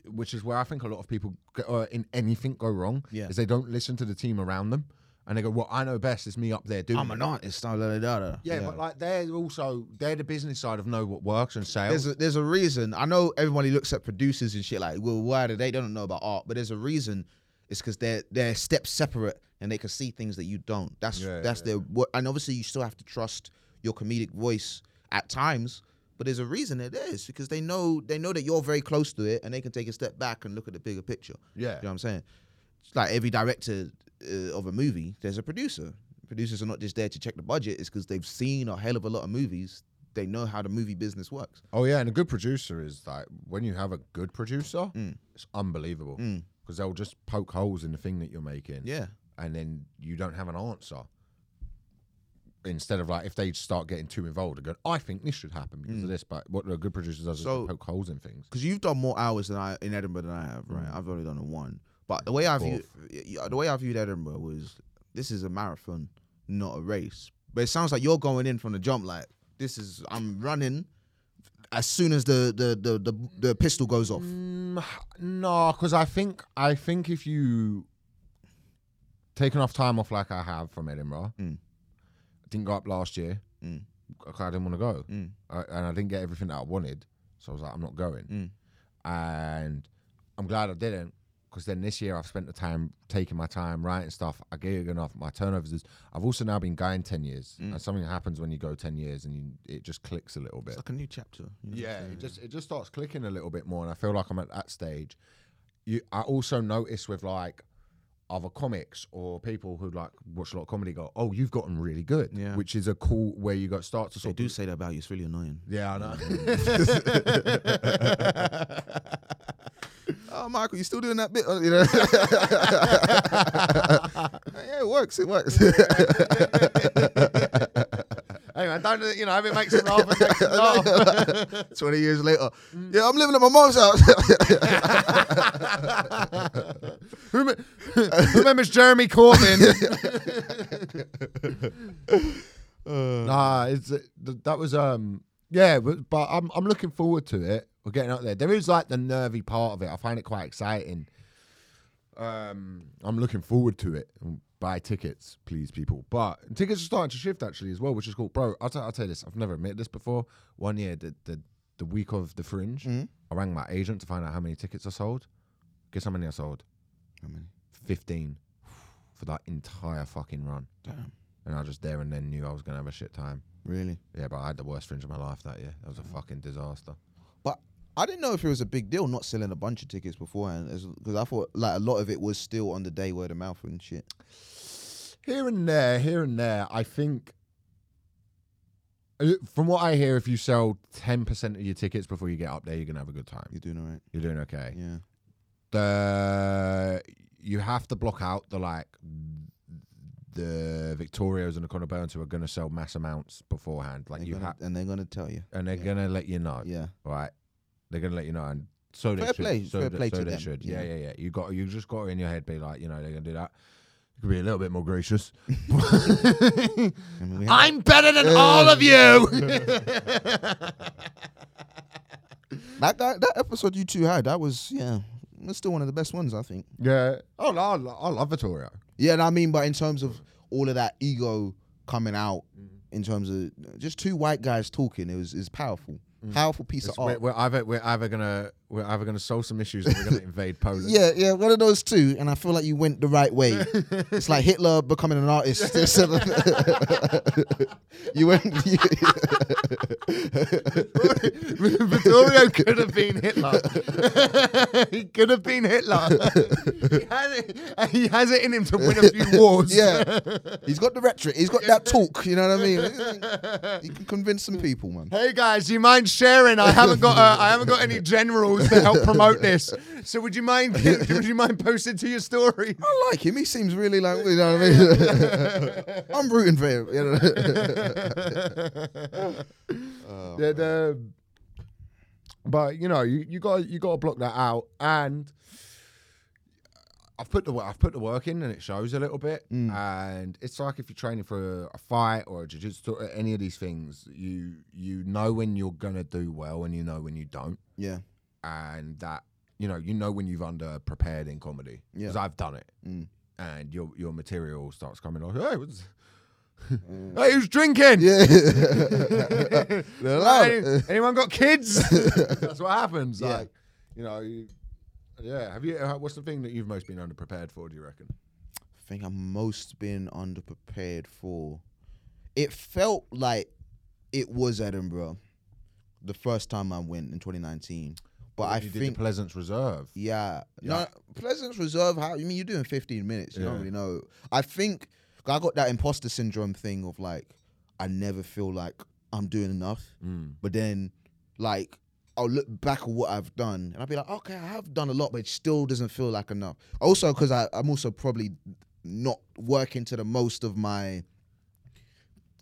Speaker 1: which is where I think a lot of people go- uh, in anything go wrong.
Speaker 2: Yeah.
Speaker 1: is they don't listen to the team around them, and they go, well, I know best. It's me up there doing.
Speaker 2: i'm
Speaker 1: it."
Speaker 2: an artist da, da, da, da.
Speaker 1: Yeah, but like they're also they're the business side of know what works and sales.
Speaker 2: There's a, there's a reason. I know everybody looks at producers and shit like, well, why do they? They don't know about art, but there's a reason. It's because they're they're steps separate and they can see things that you don't. That's
Speaker 1: Yeah,
Speaker 2: that's their what. And obviously, you still have to trust your comedic voice at times. But there's a reason it is because they know they know that you're very close to it and they can take a step back and look at the bigger picture.
Speaker 1: Yeah.
Speaker 2: you know what I'm saying. It's like every director uh, of a movie, there's a producer. Producers are not just there to check the budget. It's because they've seen a hell of a lot of movies. They know how the movie business works.
Speaker 1: oh yeah, and a good producer is like when you have a good producer, it's unbelievable because they'll just poke holes in the thing that you're making.
Speaker 2: Yeah.
Speaker 1: and then you don't have an answer. Instead of like if they start getting too involved and go, I think this should happen because of this, but what a good producer does
Speaker 2: So-
Speaker 1: is poke holes in things.
Speaker 2: because you've done more hours than I in Edinburgh than I have, right?
Speaker 4: Mm.
Speaker 2: I've only done a one. But the way I view yeah, the way I viewed Edinburgh was this is a marathon, not a race. But it sounds like you're going in from the jump, like this is I'm running as soon as the the the the, the pistol goes off.
Speaker 1: Mm, no, because I think I think if you take enough time off like I have from Edinburgh,
Speaker 2: Mm.
Speaker 1: didn't go up last year.
Speaker 2: Mm.
Speaker 1: 'cause I didn't want to go,
Speaker 2: Mm.
Speaker 1: I, and I didn't get everything that I wanted, so I was like, I'm not going.
Speaker 2: Mm.
Speaker 1: And I'm glad I didn't, because then this year I've spent the time taking my time writing stuff. I gig enough. My turnovers is. I've also now been going ten years,
Speaker 2: Mm.
Speaker 1: and something happens when you go ten years, and you, it just clicks a little bit.
Speaker 2: It's like a new chapter. you know?
Speaker 1: Yeah, it just it just starts clicking a little bit more, and I feel like I'm at that stage. You, I also notice with like other comics or people who like watch a lot of comedy go, "Oh, you've gotten really good,"
Speaker 4: Yeah.
Speaker 1: which is a cool where you got start to
Speaker 4: They
Speaker 1: sort
Speaker 4: do Mm-hmm.
Speaker 1: of
Speaker 4: say that about you. It's really annoying.
Speaker 1: yeah, I know.
Speaker 4: Oh, Michael, you still doing that bit? Uh, You know? yeah, it works. It works.
Speaker 1: anyway, don't you know if it makes it laugh, it makes it laugh.
Speaker 4: Twenty years later, yeah, I'm living at my mom's house.
Speaker 1: who, me- who remembers Jeremy Corbyn? nah, it's uh, th- that was um yeah, but, but I'm I'm looking forward to it. We're getting up there. There is like the nervy part of it. I find it quite exciting. Um, I'm looking forward to it. Um, Buy tickets, please, people. But tickets are starting to shift actually as well, which is cool, bro. I'll, t- I'll tell you this. I've never admitted this before. One year, the the, the week of the Fringe, I rang my agent to find out how many tickets I sold. Guess how many I sold?
Speaker 2: How many?
Speaker 1: 15 for that entire fucking run.
Speaker 2: Damn.
Speaker 1: And I just there and then knew I was going to have a shit time.
Speaker 2: Really?
Speaker 1: Yeah, but I had the worst fringe of my life that year. That was a fucking disaster.
Speaker 2: But I didn't know if it was a big deal not selling a bunch of tickets beforehand, because I thought like a lot of it was still on the day word of mouth and shit.
Speaker 1: Here and there, here and there, I think. Uh, From what I hear, if you sell 10% of your tickets before you get up there, you're going to have a good time.
Speaker 2: You're doing all right.
Speaker 1: You're doing okay.
Speaker 2: Yeah.
Speaker 1: The You have to block out the like. The Victorias and the Conor Burns who are going to sell mass amounts beforehand, like
Speaker 2: They're
Speaker 1: you
Speaker 2: gonna-
Speaker 1: have,
Speaker 2: and they're gonna tell you.
Speaker 1: and they're
Speaker 2: yeah.
Speaker 1: gonna let you know.
Speaker 2: Yeah.
Speaker 1: right? They're gonna let you know, and so they
Speaker 2: Fair
Speaker 1: should.
Speaker 2: play,
Speaker 1: so
Speaker 2: fair
Speaker 1: they,
Speaker 2: play
Speaker 1: so
Speaker 2: to
Speaker 1: they
Speaker 2: them,
Speaker 1: should.
Speaker 2: yeah.
Speaker 1: Yeah, yeah, yeah. You got, you just got it in your head, be like, you know, they're gonna do that. You could be a little bit more gracious.
Speaker 2: I mean, we have-
Speaker 1: I'm better than all of you.
Speaker 2: that guy, that episode you two had, that was yeah, that's still one of the best ones I think.
Speaker 1: yeah. Oh, no, I, lo- I love Vittorio.
Speaker 2: Yeah, and I mean, but in terms of all of that ego coming out,
Speaker 1: Mm-hmm.
Speaker 2: in terms of just two white guys talking, it was is powerful, powerful piece
Speaker 1: Mm. It's-
Speaker 2: of
Speaker 1: We're,
Speaker 2: art.
Speaker 1: we're either we're either gonna we're either gonna solve some issues or we're gonna invade Poland.
Speaker 2: Yeah, yeah, one of those two, and I feel like you went the right way. it's like Hitler becoming an artist. you went. You,
Speaker 1: Vittorio could have been Hitler. he could have been Hitler. he, has it, he has it in him to win a few wars.
Speaker 2: yeah, he's got the rhetoric. He's got that talk. You know what I mean? He can convince some people, man.
Speaker 1: Hey guys, do you mind sharing? I haven't got uh, I haven't got any generals to help promote this. So would you mind would you mind posting to your story?
Speaker 2: I like him. He seems really like you know what I mean. I'm rooting for him. You know?
Speaker 1: Yeah, the- but you know, you, you got you got to block that out, and I've put the wo- I've put the work in, and it shows a little bit. And it's like if you're training for a, fight or a jiu-jitsu or any of these things, you you know when you're gonna do well, and you know when you don't.
Speaker 2: yeah.
Speaker 1: and that you know you know when you've under prepared in comedy
Speaker 2: Yeah. Mm.
Speaker 1: because I've done it, and your your material starts coming off. Hey, what's,
Speaker 2: Mm.
Speaker 1: hey, who's drinking? Yeah, anyone got kids? That's what happens. Like, you know, you, yeah. Have you? uh, What's the thing that you've most been underprepared for? Do you reckon?
Speaker 2: I think I'm most been underprepared for. It felt like it was Edinburgh the first time I went in 2019, but I
Speaker 1: you did
Speaker 2: think
Speaker 1: the Pleasance Reserve.
Speaker 2: yeah,
Speaker 1: Yeah.
Speaker 2: No, Pleasance Reserve. How you mean you're doing 15 minutes? You don't
Speaker 1: Yeah.
Speaker 2: really know. I think I got that imposter syndrome thing of like I never feel like I'm doing enough,
Speaker 1: Hmm.
Speaker 2: but then like. I'll look back at what I've done and I'll be like, okay, I have done a lot, but it still doesn't feel like enough. Also, because I'm also probably not working to the most of my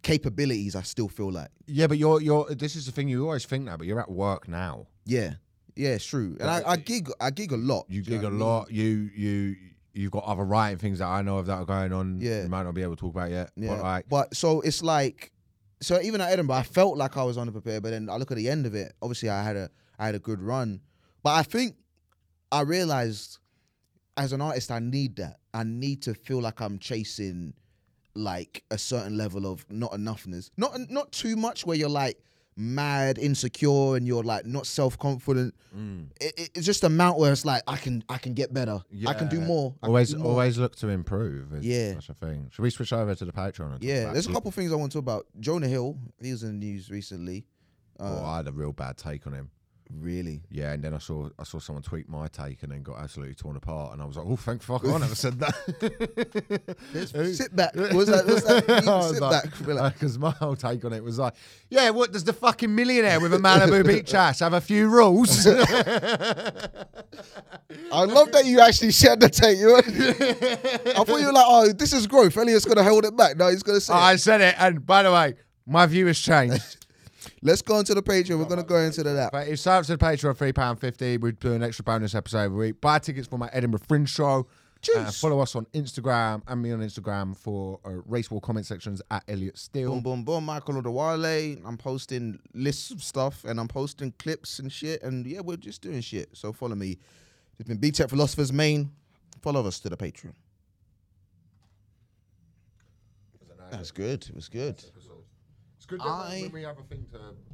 Speaker 2: capabilities, I still feel like.
Speaker 1: Yeah, but you're you're. This is the thing you always think that, but you're at work now.
Speaker 2: Yeah. Yeah, it's true. And I, I gig I gig a lot.
Speaker 1: You
Speaker 2: do know
Speaker 1: gig a
Speaker 2: what I mean?
Speaker 1: lot. You you you've got other writing things that I know of that are going on.
Speaker 2: Yeah.
Speaker 1: you might not be able to talk about yet.
Speaker 2: Yeah.
Speaker 1: But like,
Speaker 2: so it's like, so even at Edinburgh, I felt like I was underprepared, but then I look at the end of it. Obviously, I had a I had a good run, but I think I realized as an artist, I need that. I need to feel like I'm chasing like a certain level of not enoughness, not not too much where you're like mad, insecure, and you're like not self confident.
Speaker 1: Mm.
Speaker 2: It, it- it's just a amount where it's like I can I can get better. I can do
Speaker 1: Yeah.
Speaker 2: more. I can
Speaker 1: always
Speaker 2: do more.
Speaker 1: always look to improve. Is
Speaker 2: Yeah.
Speaker 1: such a thing. Should we switch over to the Patreon? And
Speaker 2: Yeah,
Speaker 1: talk
Speaker 2: there's a
Speaker 1: about
Speaker 2: couple things I want to talk about. Jonah Hill, he was in the news recently.
Speaker 1: people? Oh, I had a real bad take on him.
Speaker 2: Really?
Speaker 1: Yeah, and then I saw I saw someone tweet my take and then got absolutely torn apart, and I was like, "Oh, thank fuck, I never said that."
Speaker 2: Sit back. What's that? What's that? mean? Sit back. Relax.
Speaker 1: Because my whole take on it was like, "Yeah, what does the fucking millionaire with a Malibu beach ass have a few rules?"
Speaker 3: I love that you actually shared the tape. You I thought you were like, oh, this is growth. Elliot's gonna hold it back. No, he's gonna say.
Speaker 1: I said it, and by the way, my view has changed.
Speaker 2: Let's go into the Patreon. We're gonna go into the that.
Speaker 1: But if sign up to the Patreon, three pound fifty, we do an extra bonus episode every week. Buy tickets for my Edinburgh Fringe show. Uh, follow us on Instagram and me on Instagram for uh, race war comment sections at Elliot Steele.
Speaker 2: Boom, boom, boom. Michael Odewale. I'm posting lists of stuff and I'm posting clips and shit. And yeah, we're just doing shit. So follow me. It's been B Tech Philosophers Main. Follow us to the Patreon. That's good. It was good.
Speaker 1: It's good
Speaker 2: that when- I- when
Speaker 1: we have a thing to